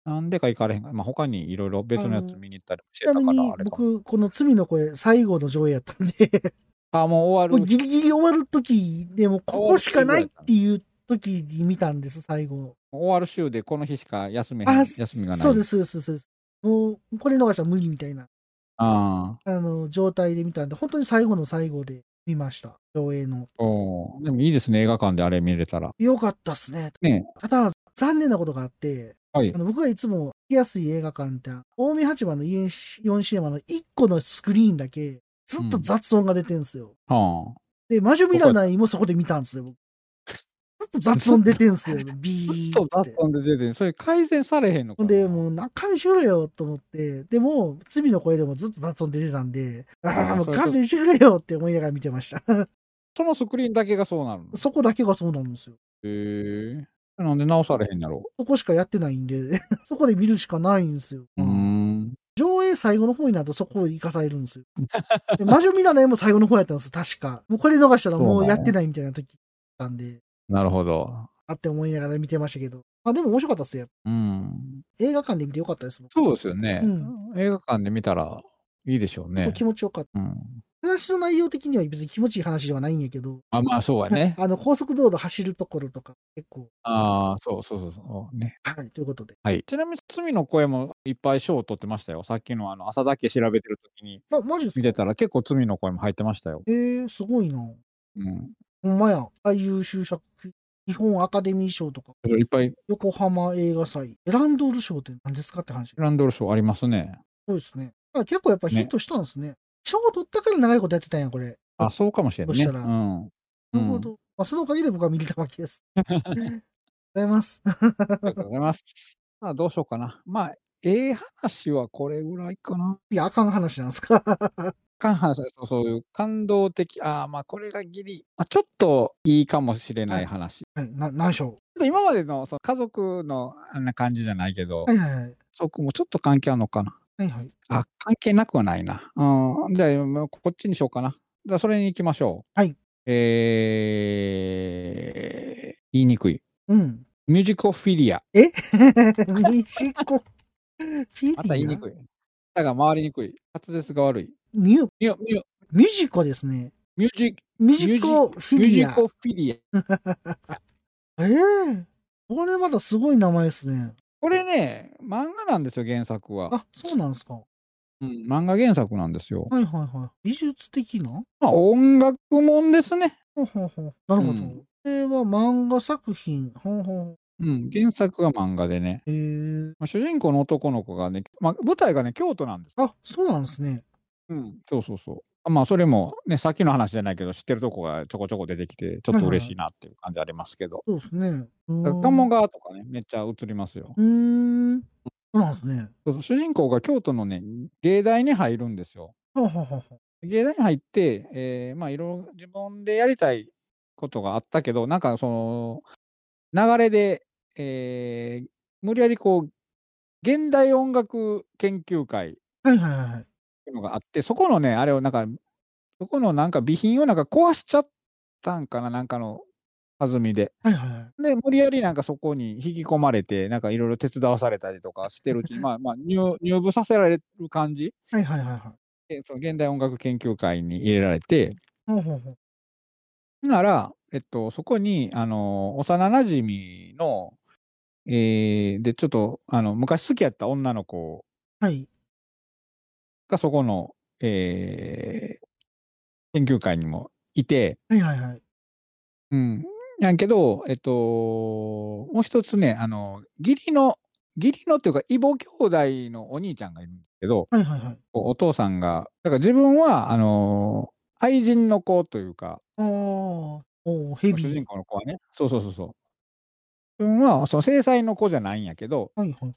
S2: なんでか行かれへんか。まあ他にいろいろ別のやつ見に行ったり
S1: ち
S2: してた
S1: な
S2: か
S1: み
S2: ら、
S1: に
S2: あれかも。
S1: 僕、この罪の声、最後の上映やったんで、
S2: あ、もう終
S1: も
S2: わ
S1: う
S2: る。
S1: ギリギリ終わる時でもうここしかないっていう時に見たんです、最後。
S2: 終わる週でこの日しか休めへん。
S1: あ、
S2: 休みがない。
S1: そうで。す、そうです、そうです。もう、これ逃したら無理みたいな、
S2: あ
S1: あの、状態で見たんで、本当に最後の最後で見ました、上映の。
S2: あ。おーでもいいですね。映画館であれ見れたら。
S1: よかったっすね。
S2: ね
S1: ただ、残念なことがあって、
S2: はい
S1: あ。の僕がいつも行きやすい映画館って、近江八幡のイエンシ4シネマの1個のスクリーンだけ、ずっと雑音が出てんすよ。
S2: は
S1: で、魔女見らないもそこで見たんですよ、
S2: [laughs]
S1: 僕ずっと雑音出てんすよ、ビー
S2: あ。
S1: って。
S2: んで出てそれ改善されへんのか
S1: ほん
S2: な
S1: で、もう何回しろよと思って、でも、罪の声でもずっと雑音出てたんで、ああ、もう
S2: そういうこと
S1: 勘弁してくれよって思いながら見てました。
S2: そのスクリーンだけがそうなるの。
S1: そこだけがそうなんですよ。
S2: へえ。なんで直されへんやろ
S1: そこしかやってないんで、 [laughs] そこで見るしかないんですよ。
S2: う。うーん。
S1: 上映最後の方になるとそこを生かされるんですよ。で魔女見らないも最後の方やったんです確か。もうこれ逃したらもうやってないみたいな時だったんで、
S2: なるほど。
S1: あって思いながら見てましたけど。まあでも面白かったですよ。
S2: うん。
S1: 映画館で見てよかったですもん。
S2: そうですよね。
S1: うん
S2: 映画館で見たらいいでしょう
S1: 結
S2: ね
S1: 構。気持ちよかった。
S2: うん、
S1: 話の内容的には別に気持ちいい話ではないんやけど、
S2: あまあそうやね。
S1: あの高速道路走るところとか結構、
S2: ああ、そうそうそうそう、ね
S1: はい、ということで。
S2: はい。ちなみに、罪の声もいっぱい賞を取ってましたよ。さっきのあの朝だけ調べてるときに
S1: ま、マジです
S2: 見
S1: か
S2: てたら、結構罪の声も入ってましたよ。
S1: えー、すごいな。
S2: うん。
S1: ほんまや。最優秀作品日本アカデミー賞とか、
S2: いっぱい
S1: 横浜映画祭、エランドール賞って何ですかって話。
S2: ランドル賞ありますね。
S1: そうですね。あ結構やっぱヒットしたんですね。賞、取ったから長いことやってたんや、これ。
S2: あ、そうかもしれん
S1: そ
S2: ね。
S1: し
S2: う
S1: たら
S2: ん。
S1: なるほど。まあ、そのおかげで僕は見れたわけです。ありがとうございます。 [laughs]
S2: ありがとうございます。まあ、どうしようかな。まあ、ええ話はこれぐらいかな。
S1: いや、あかん話なんですか。 [laughs]
S2: 感話そうそういう感動的、ああ、まあ、これがギリ、まあ、ちょっといいかもしれな
S1: はい
S2: い話。ち
S1: はいな、何章
S2: ょっと今までのその家族のあんな感じじゃないけど、
S1: はいはいはい。
S2: 家族もちょっと関係あるのかな。
S1: はいはい。
S2: あ、関係なくはないな。うん。じゃあ、まあこっちにしようかな。じゃあ、それに行きましょう。
S1: はい。
S2: えー、言いにくい。
S1: うん。 [laughs]
S2: ミュージコフィリア。
S1: ミジコ。フィ
S2: [laughs] また言い
S1: リ
S2: に
S1: ア
S2: くい。だが回りにくい。滑舌が悪い。
S1: ミュ、
S2: ミュミュ
S1: ミュジコですね。
S2: ミュージ
S1: ミュジコフィ
S2: ミュー
S1: リ
S2: ジ
S1: ア。
S2: コフィリア。
S1: ええこれまたすごい名前ですね。
S2: これね、漫画なんですよ、原作は。
S1: あ、そうなんですか。は
S2: うん、漫画原作なんですよ。
S1: いはいはい。美術的な
S2: まあ、音楽もんですね。
S1: ほうほうほう。なるほど。
S2: うん
S1: これは漫画作品。ほうほうほう。
S2: うん、原作が漫画でね。
S1: へえ。
S2: まあ、主人公の男の子がね、まあ、舞台がね、京都なんです。
S1: あ、そうなんですね。
S2: うん、そうそうそう。あまあ、それもね、さっきの話じゃないけど、知ってるとこがちょこちょこ出てきて、ちょっと嬉しいなっていう感じありますけど。
S1: そうですね。うーん
S2: 鴨川とかね、めっちゃ映りますよ。
S1: うーん。そうなんですね。
S2: そうそう主人公が京都のね、芸大に入るんですよ。
S1: ほうほうほうほう。
S2: 芸大に入って、えーまあ、いろいろ自分でやりたいことがあったけど、なんかその、流れで、えー無理やりこう、現代音楽研究会
S1: はいはいはいはい。
S2: っていうのがあって、そこのね、あれをなんか、そこのなんか備品をなんか壊しちゃったんかな、なんかの弾みで。
S1: はいはいはい。
S2: で、無理やりなんかそこに引き込まれて、なんかいろいろ手伝わされたりとかしてるうちに、まあまあ入、入部させられる感じ
S1: はいはいはいはい。
S2: で、その現代音楽研究会に入れられて、
S1: ほうほうほう。
S2: なら、えっと、そこに、あの、幼なじみの、えーで、ちょっと、あの、昔好きやった女の子
S1: はい。
S2: がそこの、えー研究会にもいて、
S1: はいはいはい。
S2: うん。やんけど、えっと、もう一つね、あの、義理の、義理のっていうか、異母兄弟のお兄ちゃんがいるんですけど、
S1: はいはいはい。
S2: おお父さんが、だから自分は、あの、愛人の子というか、
S1: ああ。おお、ヘビ
S2: 主人
S1: ー。
S2: 公の子はね、そうそうそうそう。自分は、その正妻の子じゃないんやけど、
S1: はいはい。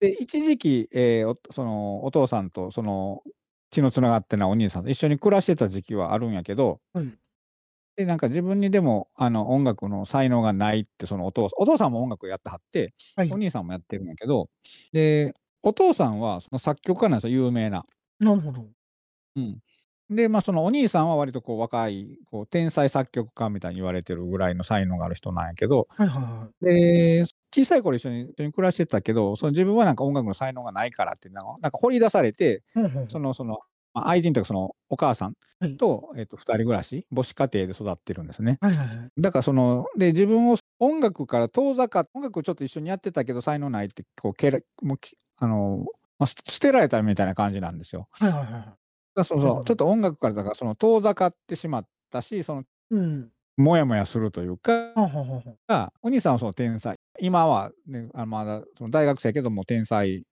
S2: で、一時期、えーおその、お父さんと、その、血のつながってないお兄さんと一緒に暮らしてた時期はあるんやけど、
S1: はい
S2: で、なんか自分にでも、あの、音楽の才能がないって、そのお父さん、お父さんも音楽やってはって、
S1: はい
S2: お兄さんもやってるんやけど、で、お父さんは、その作曲家なんですよ、有名な。
S1: なるほど。
S2: うん。で、まあ、そのお兄さんは割とこう、若い、こう、天才作曲家みたいに言われてるぐらいの才能がある人なんやけど、
S1: はいはいはい。
S2: で、小さい頃一緒に一緒に暮らしてたけど、その自分はなんか音楽の才能がないからっていうのが、なんか掘り出されて、
S1: ほうほう
S2: その、その、まあ愛人というかそのお母さん
S1: はい
S2: と、えっと、二人暮らし、母子家庭で育ってるんですね。
S1: はいはいはい。
S2: だからその、で、自分を音楽から遠ざかっ音楽ちょっと一緒にやってたけど、才能ないって、こう、けらもうきあの、まあ、す捨てられたみたいな感じなんですよ。
S1: はいはいはい。
S2: だからそう
S1: う
S2: そ
S1: ん
S2: う、ちょっと音楽からだから、その遠ざかってしまったし、その、
S1: うん。
S2: もやもやするというか、
S1: はあ、はあはあはあ、
S2: が、お兄さんはその天才。今は、ね、あのまだその大学生やけども天才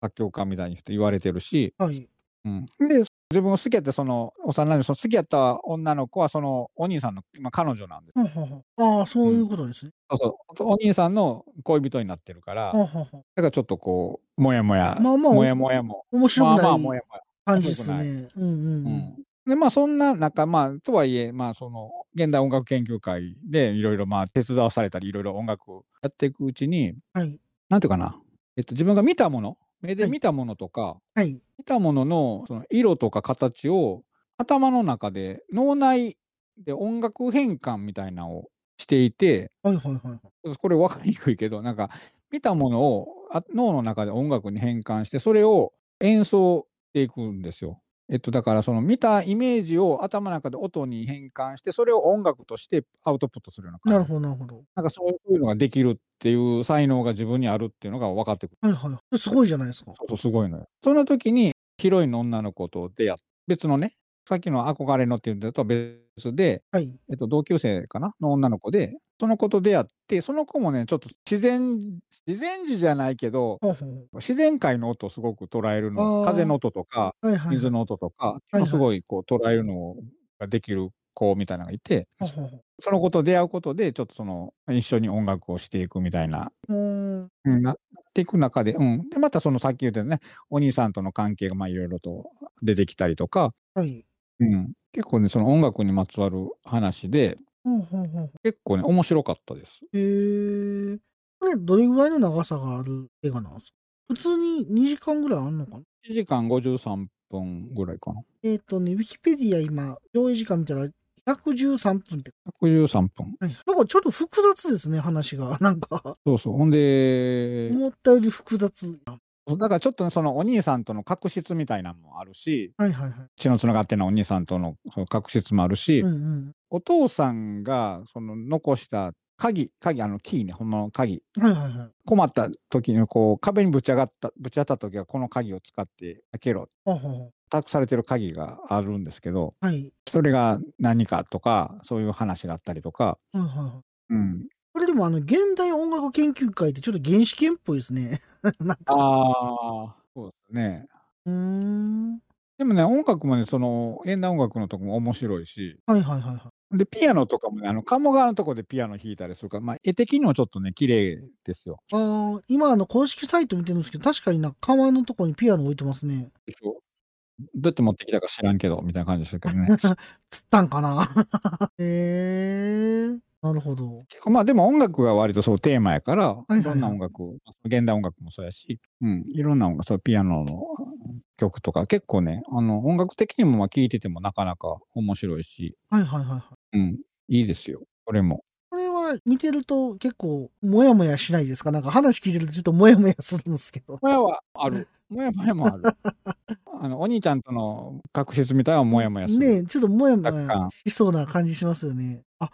S2: 作曲家みたいに言われてるし、
S1: はい。
S2: うん、で自分が好きやったその幼いその好きやった女の子はそのお兄さんの今彼女なんです。
S1: はあ、はあはあ、ああ、そういうことですね。
S2: そうそうお兄さんの恋人になってるから、
S1: はあ、はあはあ、
S2: だからちょっとこうもやもや、
S1: まあまあ
S2: もやもやも、
S1: 面白
S2: まあ
S1: く
S2: ま
S1: な
S2: あもや
S1: い
S2: もや。
S1: 感じです
S2: 面
S1: ね。うんうんう
S2: う
S1: ん。
S2: んでまあそんな中まあとはいえまあその現代音楽研究会でいろいろまあ手伝わされたりいろいろ音楽をやっていくうちに、
S1: はい。
S2: なんていうかな、えっと、自分が見たもの、目で
S1: はい
S2: 見たものとか、
S1: はい。
S2: 見たもののその色とか形を頭の中で脳内で音楽変換みたいなのをしていて、
S1: はいはいはいはい。
S2: これ分かりにくいけど、なんか見たものをあ脳の中で音楽に変換して、それを演奏していくんですよ。えっと、だからその見たイメージを頭の中で音に変換して、それを音楽としてアウトプットするような感じ
S1: なるほどなるほど。
S2: なんかそういうのができるっていう才能が自分にあるっていうのが分かってくる。
S1: はいはい。すごいじゃないですか。
S2: そうすごいのよ。その時にヒロインの女の子と出会っ別のね、さっきの憧れのっていうのとは別で、
S1: はい。
S2: えっと、同級生かなの女の子で、その子と出会って、その子もね、ちょっと自然、自然時じゃないけど、
S1: はあ、は
S2: 自然界の音をすごく捉える
S1: あ
S2: の、
S1: ー
S2: 風の音とか、
S1: あはいはい。
S2: 水
S1: は
S2: の音とか、
S1: いはい
S2: すごいこう捉えるのができる子みたいなのがいて、
S1: あはあはあ
S2: その子と出会うことで、ちょっとその、一緒に音楽をしていくみたいな
S1: うーん。
S2: うん、なっていく中で、うん。で、またそのさっき言ったようにね、お兄さんとの関係がまあいろいろと出てきたりとか、
S1: はい。
S2: うん。結構ね、その音楽にまつわる話で、
S1: はあ、はあはあ、
S2: 結構ね、面白かったです。
S1: へえ。これ、どれぐらいの長さがある映画なんですか普通に2時間ぐらいあんのかな
S2: 1時間53分ぐらいかな。
S1: えっ、とね、ウィキペディア今、上映時間見たら113分って。
S2: 113分。
S1: はいなんかちょっと複雑ですね、話が。 [laughs] なんか、
S2: そうそう。ほんで、
S1: 思ったより複雑。
S2: だからちょっとねそのお兄さんとの確執みたいなのもあるし、
S1: はいはいは
S2: 血のつながってないお兄さんとのその確執もあるし、
S1: い。うんうん。
S2: お父さんがその残した鍵、鍵、あのキーね、ほんまの鍵。
S1: はいはいはい。
S2: 困った時にこう壁にぶち上がった、ぶち当たった時はこの鍵を使って開けろ。
S1: ほうほうほ
S2: 託されてる鍵があるんですけど、
S1: うはい。
S2: それが何かとか、そういう話があったりとか、
S1: はいはいはい。
S2: うん。
S1: これでもあの、現代音楽研究会ってちょっと原始圏っぽいですね。なんか。
S2: ああ、そうですね。
S1: うーん。
S2: でもね、音楽もね、その、現代音楽のとこも面白いし、
S1: はいはいはいは
S2: で、ピアノとかもね、あの、鴨川のとこでピアノ弾いたりするから、まあ、絵的にもちょっとね、綺麗ですよ。
S1: い。ああ、今あの、公式サイト見てるんですけど、確かになんか川のとこにピアノ置いてますね。
S2: どうやって持ってきたか知らんけど、みたいな感じでしたけどね。
S1: 釣ったんか [laughs] なへえー。なるほど。
S2: 結構まあ、でも音楽が割とそうテーマやから、
S1: いはいはい
S2: いろんな音楽を、現代音楽もそうやし、うん、いろんな音楽、そう、ピアノの曲とか、結構ね、あの、音楽的にもまあ、聴いててもなかなか面白いし、
S1: はいはいはいはい。
S2: うん、いいですよ。これも。
S1: これは見てると結構もやもやしないですかなんか話聞いてるとちょっともやもやするんですけど。
S2: もやはある。もやも
S1: [laughs]
S2: やもある。あの、お兄ちゃんとの確執みたいなのはもやもやする。
S1: ねえちょっともやも
S2: 若
S1: や
S2: 干
S1: しそうな感じしますよね。あ、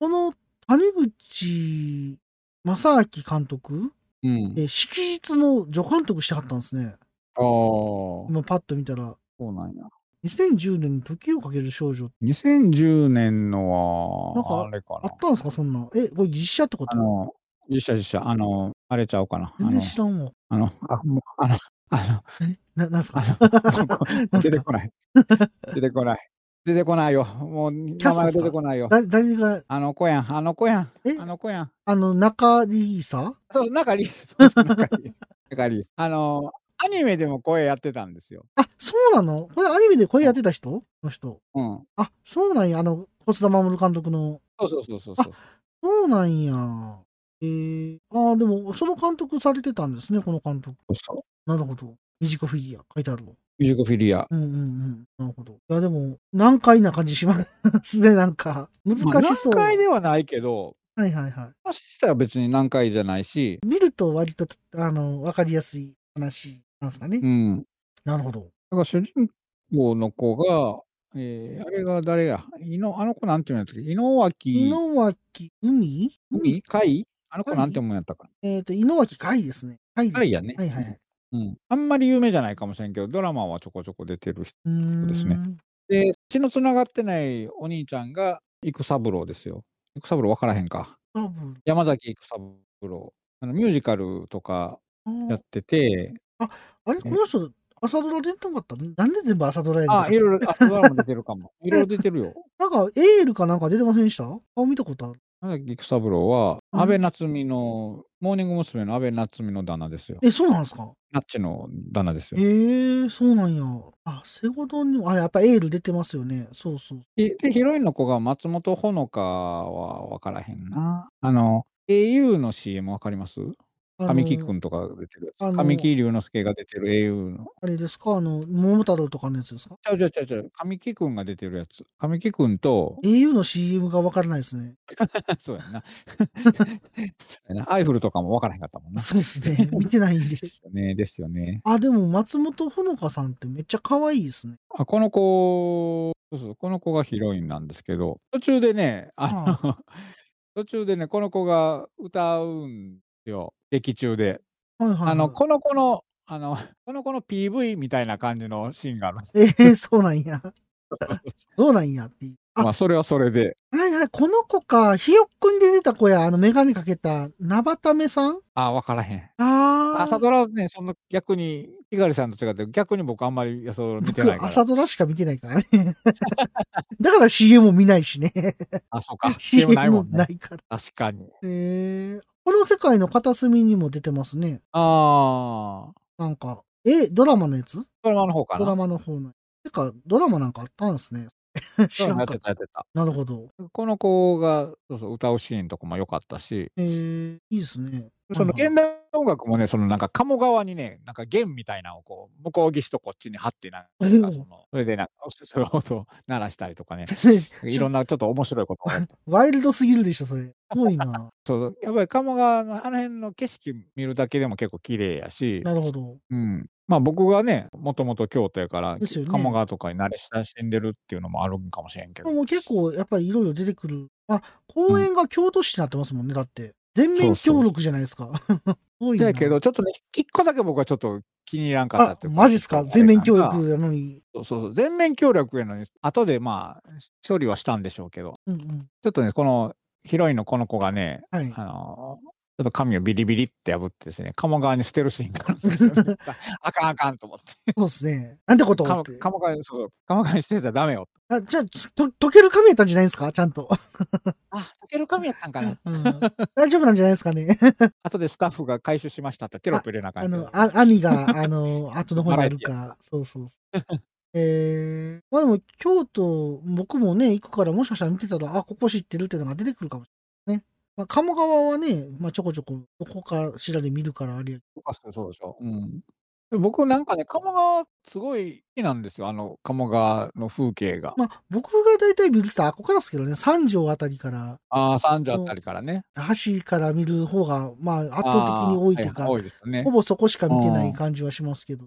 S1: この谷口正明監督
S2: うん。
S1: え、式日の助監督してはったんですね。
S2: ああ、そ
S1: 今パッと見たら。
S2: うなんや。
S1: 2010年に時をかける少女
S2: 2010
S1: なん
S2: 年の
S1: か
S2: は、あれか
S1: あ
S2: な
S1: っ。たんですかそんなん。え、これ実写ってこ
S2: あ
S1: と
S2: の、実写実写、あの、あれちゃうかな。あ
S1: 全
S2: の
S1: 然知らんわ。
S2: あの、あ、もう、あの、あ
S1: え、な、なんすか
S2: [laughs] の、
S1: [laughs] なん
S2: 出
S1: す
S2: て
S1: か
S2: こない。出てこない。出てこないよ。もう、名
S1: ャス
S2: 前
S1: トっ
S2: が
S1: すか
S2: 出てこないよ。
S1: だ誰が、
S2: あの子やん、あの子やん
S1: え、
S2: あの子やん。
S1: あの、中里さ
S2: そう、中里、そうそう、中里、中里。あの、アニメでも声やってたんですよ。
S1: あ、そうなのこれアニメでこれやってた人この人。
S2: うん。
S1: あ、そうなんや。あの、小津田守監督の。
S2: そうそうそうそうそう。
S1: そうなんや。えー、ああ、でも、その監督されてたんですね、この監督。
S2: そうそう。
S1: なるほど。ミジコフィギュア、書いてあるわ。
S2: ミュージックフィリア。
S1: うんうんうん。なるほど。いや、でも、難解な感じしますね、 [laughs] なんか。難しそう。
S2: ま
S1: は
S2: あ難解
S1: い
S2: ではないけど、
S1: はいはい。
S2: 話自体は別に難解じゃないし、
S1: 見ると割と、あの、わかりやすい話なんですかね。
S2: うん。だ
S1: なるほど。
S2: から主人公の子が、えー、あれが誰や、いのあの子なんていうんやつっけ、井上
S1: 井
S2: 脇、
S1: 之脇海
S2: 海海あの子
S1: 海
S2: なんて思うんやったか
S1: えっ、と、井之脇海ですね。海です
S2: 海やね
S1: はいはいはい。
S2: な。うん。あんまり有名じゃないかもしれんけど、ドラマはちょこちょこ出てる人。
S1: うーん
S2: そうですね。で、血のつながってないお兄ちゃんが、育三郎ですよ。育三郎分からへんか。
S1: 多分。
S2: 山崎育三郎。あのミュージカルとか
S1: あー
S2: やってて、
S1: あれこの人、朝ドラ出てなかったなんで全部朝ドラやねん
S2: あ、いろいろ、あ、ドラマ出てるかも。 [laughs] いろいろ出てるよ。
S1: なんか、エールかなんか出てませんでしたあ、見たことある。
S2: 山崎育三郎は、
S1: うん
S2: 安倍夏実の、モーニング娘。の安倍夏実の旦那ですよ。
S1: え、そうなんですか
S2: ナッチの旦那です
S1: え
S2: よ。
S1: ー、そうなんや。あ、セゴドにも、あ、やっぱエール出てますよね。そうそう。
S2: で、でヒロインの子が松本穂香は分からへんな。あの、au の CM 分かります
S1: あの
S2: 神木くんとかが出てる
S1: あ
S2: や
S1: の
S2: つ。神木隆之介が出てる au の。
S1: あれですかあの、桃太郎とかのやつですか、
S2: ちゃうちゃうちゃうちゃう。神木くんが出てるやつ。神木くんと
S1: ?au
S2: [laughs]
S1: の CM がわからないですね。
S2: そうやんな。そうやなアイフルとかも分からへんかったもんな。
S1: そうです
S2: [laughs]
S1: ね。見てないんで
S2: で。すよね。ですよね。
S1: あ、でも松本穂香さんってめっちゃ可愛いですね。
S2: あこの子そうそう、この子がヒロインなんですけど、途中でね、あの、 [laughs] 途中でね、この子が歌うんですよ、劇中で。
S1: はいはい、はい。
S2: あの、この子の、あの、 [laughs] この子の PV みたいな感じのシーンがある [laughs] んです
S1: えー、そうなんや。そうなんやっていう。あ
S2: まあ、それはそれで。
S1: はいはい、この子か、ひよっこに出てた子や、あの、メガネかけた、なばためさん
S2: あ、わからへん。
S1: ああ。
S2: 朝ドラはね、そんな逆に、猪狩さんと違って、逆に僕あんまり朝ドラ見て
S1: 僕
S2: ないから。
S1: 朝ドラしか見てないからね。 [laughs] だから CM も見ないしね。
S2: あ、そ
S1: [laughs]
S2: うか。
S1: CM
S2: でもないも
S1: も
S2: ん
S1: な
S2: ね。
S1: いから。
S2: [laughs] 確かに。
S1: えー、この世界の片隅にも出てますね。
S2: ああ。
S1: なんか。え、ドラマのやつ
S2: ドラマの方かな。
S1: ドラマの方の。てか、ドラマなんかあったんですね。 [laughs] 知ら
S2: うんん
S1: か
S2: や
S1: っ
S2: って
S1: た。
S2: た、やってた。
S1: なるほど。
S2: この子がそうそう歌うシーンとかも良かったし、
S1: えー、いいですね。
S2: その
S1: はいはい
S2: 現代音楽もね、そのなんか鴨川にね、なんか弦みたいなのをこう、向こう岸とこっちに張ってな、なんかその、それでなんか、そういう音を鳴らしたり
S1: [laughs]
S2: とかね、いろんなちょっと面白いことをやって。
S1: ワイルドすぎるでしょ、それ。すごいな。
S2: そう、やっぱり鴨川のあの辺の景色見るだけでも結構綺麗やし、
S1: なるほど。
S2: うん。まあ僕がね、もともと京都やから、
S1: ですよね
S2: 鴨川とかに慣れ親しんでるっていうのもあるんかもしれんけど。
S1: もう結構、やっぱりいろいろ出てくる。あ、公園が京都市になってますもんね、だって。全面協力じゃないですか。 [laughs] 多い
S2: だ
S1: な。
S2: けど、ちょっとね、一個だけ僕はちょっと気に入らんかった
S1: あ
S2: って、いう
S1: マジっすか全面協力なのに。
S2: そうそうそう、全面協力への、後でまあ、処理はしたんでしょうけど、
S1: うんうん。
S2: ちょっとね、このヒロインのこの子がね、
S1: はい。
S2: あのーちょっと髪をビリビリって破ってですね、鴨川に捨てるシーンがあるんですよ、
S1: [laughs]
S2: ね。あかんあかんと思って。
S1: そうですね。なんてこと
S2: 鴨
S1: って
S2: 鴨川に、そう、鴨川に捨てちゃダメよ。
S1: あ、じゃあ、と溶ける神やったんじゃないですかちゃんと。
S2: あ、溶ける髪やったんかな。
S1: うん大丈夫なんじゃないですかね。
S2: [laughs] 後でスタッフが回収しましたってテロップ入れなあか
S1: あ
S2: んけ
S1: の
S2: ど、
S1: あ網が、あ [laughs] の、後の方にある
S2: バラ
S1: か。そうそうそう。えー、まあでも、京都、僕もね、行くから、もしかしたら見てたら、あ、ここ知ってるっていうのが出てくるかもしれないね。まあ、鴨川はね、まあ、ちょこちょこ、どこかしらで見るから、あれや
S2: そうかそうそうでしょ。うん。で僕なんかね、鴨川すごい好きなんですよ。あの、鴨川の風景が。
S1: まあ、僕が大体見るってあ、ここからですけどね、三条あたりから、
S2: ああ、三条あたりからね。
S1: 橋から見る方が、まあ、圧倒的に多いというか、
S2: あーはは多いですよね
S1: ほ。ぼそこしか見てない感じはしますけど。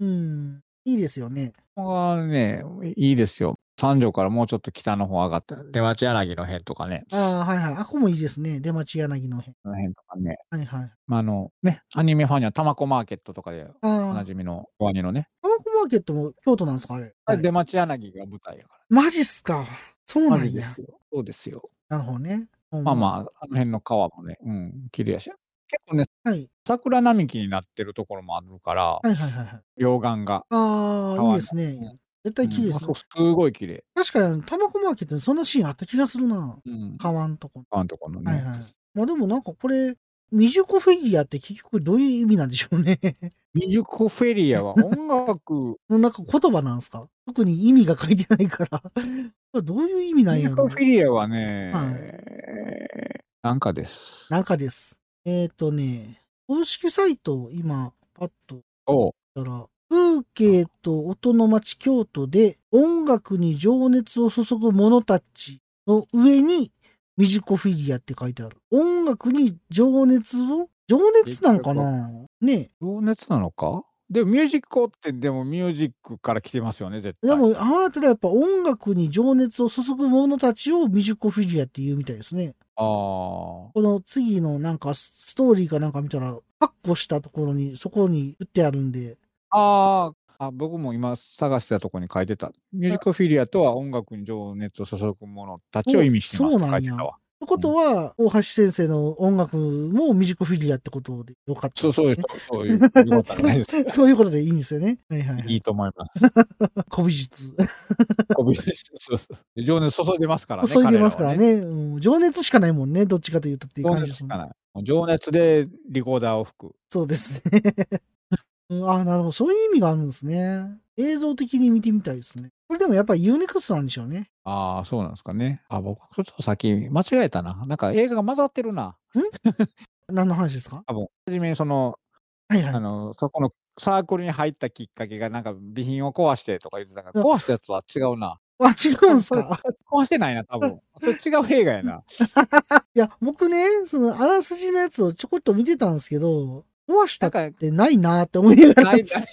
S1: うん。いいですよね。
S2: 鴨川はね、いいですよ。三条からもうちょっと北の方上がって、出町柳の辺とかね。
S1: ああ、はいはい。あ、ここもいいですね。出町柳の辺。
S2: あの辺とかね。
S1: はいはい。
S2: まあ、あの、ね、アニメファンには玉子マーケットとかで
S1: あ
S2: お
S1: あ
S2: な、じみのワニのね。
S1: タマコマーケットも京都なんですかあれ。
S2: あれ
S1: はい
S2: 出町柳が舞台やから。
S1: マジっすか。そうな
S2: マ
S1: ん
S2: ジで
S1: や。
S2: すよ。そうですよ。
S1: なるほどね。
S2: まあま
S1: あ。
S2: あ、あの辺の川もね、うん、綺麗やし。結構ね、
S1: はい。
S2: 桜並木になってるところもあるから、
S1: はいはいはいはい。
S2: 溶岩が。
S1: ああ、いい
S2: 川
S1: です
S2: う
S1: ね
S2: ん。
S1: 絶対綺麗です、
S2: うんすごい綺麗。
S1: 確かに、タマコマーケットにそんなシーンあった気がするな。
S2: うん。
S1: 川んとこ。
S2: あのところのね。
S1: はいはい。まあでもなんかこれ、未熟フィギュアって結局どういう意味なんでしょうね。 [laughs]
S2: ミジュコフェリアは音楽、
S1: なんか言葉なんですか特に意味が書いてないから。 [laughs] これどういう意味なん
S2: ミジ
S1: や
S2: ュ
S1: ろ
S2: コ
S1: う
S2: フェリアはね、
S1: は
S2: なんかです。
S1: なんかです。えっ、とね、公式サイトを今、パッと
S2: おう
S1: だから、風景と音の街京都で音楽に情熱を注ぐ者たちの上に、ミジコフィギュアって書いてある。音楽に情熱を情熱なんかなね
S2: 情熱なのかでもミュージックってでもミュージックから来てますよね絶
S1: え。
S2: 対
S1: でも、あなたらやっぱ音楽に情熱を注ぐ者たちをミジコフィギュアって言うみたいですね。
S2: あ
S1: この次のなんかストーリーかなんか見たら、カッコしたところに、そこに打ってあるんで、
S2: ああーあ僕も今探してたとこに書いてたミュージックフィリアとは音楽に情熱を注ぐ者たちを意味してます
S1: おそ
S2: って
S1: う
S2: 書
S1: なん
S2: いて
S1: や
S2: たわ
S1: ってことは、大橋先生の音楽もミュージックフィギュアってことでよかった
S2: そう
S1: です
S2: そう
S1: ね、
S2: ですそういうことはないです
S1: [laughs] そういうことでいいんですよね。はいはいはいい。
S2: いと思います。
S1: 古美術。
S2: こびりそうそう情熱注いでますからね。
S1: 注いでますから
S2: 彼
S1: ね。
S2: らは。
S1: うん情熱しかないもんね。どっちかというとっていう
S2: 情
S1: 感じ
S2: 熱
S1: です
S2: し
S1: も
S2: か
S1: んね。
S2: ない。もう情熱でリコーダーを吹く。
S1: そうですね。 [laughs] うんあなるほど。そういう意味があるんですね。映像的に見てみたいですね。これでもやっぱり UNEXT なんでしょうね。
S2: ああ、そうなんですかね。あ、僕、ちょっと先間違えたな。なんか映画が混ざってるな。
S1: 何の話ですか
S2: 多分、はじめにその、
S1: はいはい
S2: あ。の、そこのサークルに入ったきっかけが、なんか備品を壊してとか言ってたから、壊したやつは違うな。
S1: あ、違うんですか
S2: 壊してないな、多分。それ違う映画
S1: [laughs]
S2: やな。
S1: いや、僕ね、その、あらすじのやつをちょこっと見てたんですけど、壊した
S2: なん
S1: っ
S2: か、
S1: てないなーって思いながら
S2: な、いない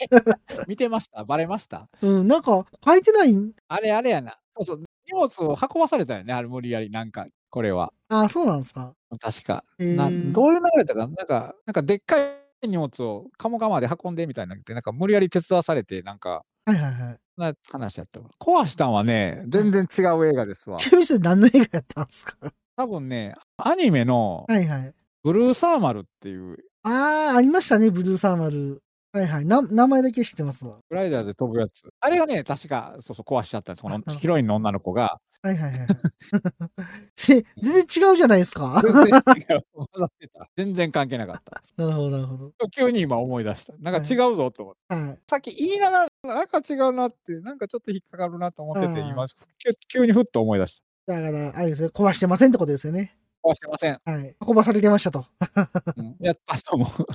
S2: 見てましたバレました
S1: [laughs] うん、なんか書いてない、
S2: あれあれやな。そうそう。荷物を運ばされたよね、あれ無理やり。なんか、これは。
S1: あ、そうなんですか。
S2: 確か。
S1: え
S2: な
S1: ー
S2: どういう流れだかな、なんか、なんかでっかい荷物を鴨川まで運んでみたいになって、なんか無理やり手伝わされて、なんか、
S1: はいはいはい。
S2: そんな話やったわ。壊したんはね、全然違う映画ですわ。
S1: ちなみにそれ何の映画やったんですか
S2: 多分ね、アニメの
S1: はいはい。
S2: ブルーサーマルっていう、
S1: ああ、ありましたね、ブルーサーマル。はいはい。な名前だけ知ってますわ。
S2: グライダーで飛ぶやつ。あれがね、確か、そうそう、壊しちゃったんです。こ
S1: あなるほ
S2: の
S1: ど
S2: ヒロインの女の子が。
S1: はいはいはい [laughs] はい。し全然違うじゃないですか。
S2: 全然違う混ざってた全然関 [laughs] 係なかった。
S1: なるほど、なるほど。
S2: 急に今思い出した。なんか違うぞと思って。
S1: はい。
S2: さっき言いながら、なんか違うなって、なんかちょっと引っかかるなと思ってて、
S1: あー
S2: 今、急急にふっと思い出した。
S1: だから、あれですね、壊してませんってことですよね。
S2: はしてません。
S1: はい。運ばされてましたと。
S2: うんいや、あ、そう [laughs] もう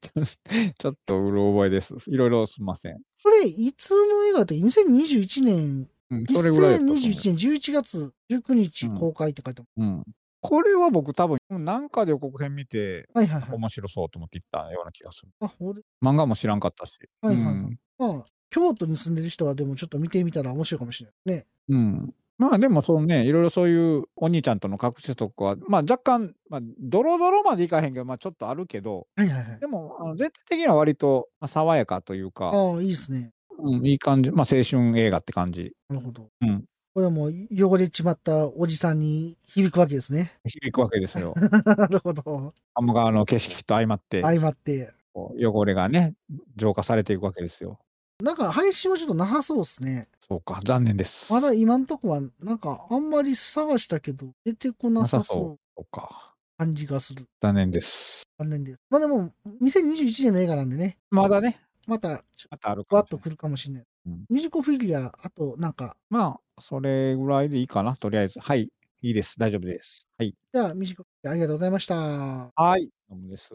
S2: ちょっとうろ覚えです。いろいろすんません。
S1: これ、いつの映画だって2021年、
S2: うん、それぐらいだったと思う。
S1: 2021年11月19日
S2: うん
S1: 公開って書いてある。
S2: うん。これは僕多分、なんかで予告編見て、
S1: はいはいはい。
S2: 面白そうと思って行ったような気がする。
S1: あ、ほれ
S2: 漫画も知らんかったし。
S1: はいはいはい
S2: うん
S1: まあ、京都に住んでる人はでもちょっと見てみたら面白いかもしれないね。
S2: うん。まあでも、そのね、いろいろそういうお兄ちゃんとの隠しとかは、まあ若干、まあ、ドロドロまでいかへんけど、まあちょっとあるけど、
S1: はいはいはい。
S2: でも、あの全体的には割とまあ爽やかというか、
S1: ああ、いいですね。
S2: うん、いい感じ、まあ青春映画って感じ、
S1: なるほど。
S2: うん
S1: これはもう汚れちまったおじさんに響くわけですね。 [laughs]
S2: 響くわけですよ。
S1: なるほど。
S2: 鴨川の景色と相まって、
S1: 相まって。
S2: こう汚れがね、浄化されていくわけですよ。
S1: なんか配信はちょっとなさそうですね。
S2: そうか、残念です。
S1: まだ今んとこは、なんかあんまり探したけど、出てこなさそう
S2: そうか、
S1: 感じがする。
S2: 残念です。
S1: 残念です。まあでも、2021年の映画なんでね、
S2: まだね、
S1: また、ちょ
S2: またある
S1: ふ
S2: か
S1: わっ
S2: も
S1: と
S2: しれない
S1: 来るかもしれない。
S2: うん
S1: ミジコフィギュア、あと、なんか、
S2: まあ、それぐらいでいいかな、とりあえず。はい、いいです、大丈夫です。はい。
S1: じゃあ、ミジコフィギュアありがとうございました。
S2: はい、どうもです。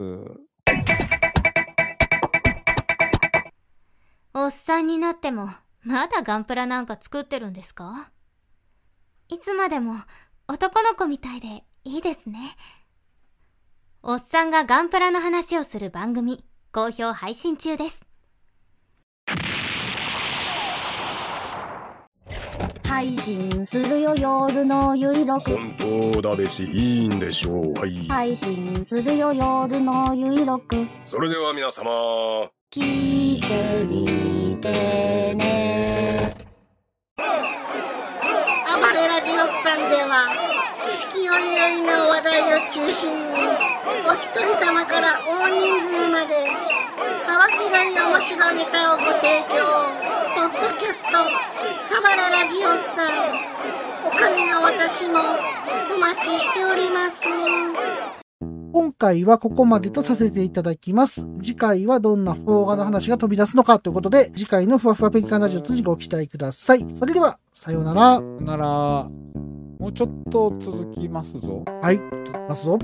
S7: おっさんになっても、まだガンプラなんか作ってるんですかいつまでも男の子みたいでいいですね。おっさんがガンプラの話をする番組、好評配信中です。
S8: 配信するよ夜のゆいろく
S9: 本当だべしいいんでしょうはい、
S8: 配信するよ夜のゆいろく
S9: それでは皆様
S8: 聞いてみてね
S3: 暴れラジオスさんでは四季折々の話題を中心にお一人様から大人数まで幅広い面白いネタをご提供ポッドキャスト「暴れラジオスさん」おかみの私もお待ちしております
S1: 今回はここまでとさせていただきます。次回はどんな邦画の話が飛び出すのかということで、次回のふわふわペリカンラジオ通じご期待ください。それでは、さようなら。
S2: さよなら、もうちょっと続きますぞ。
S1: はい、出ますぞ。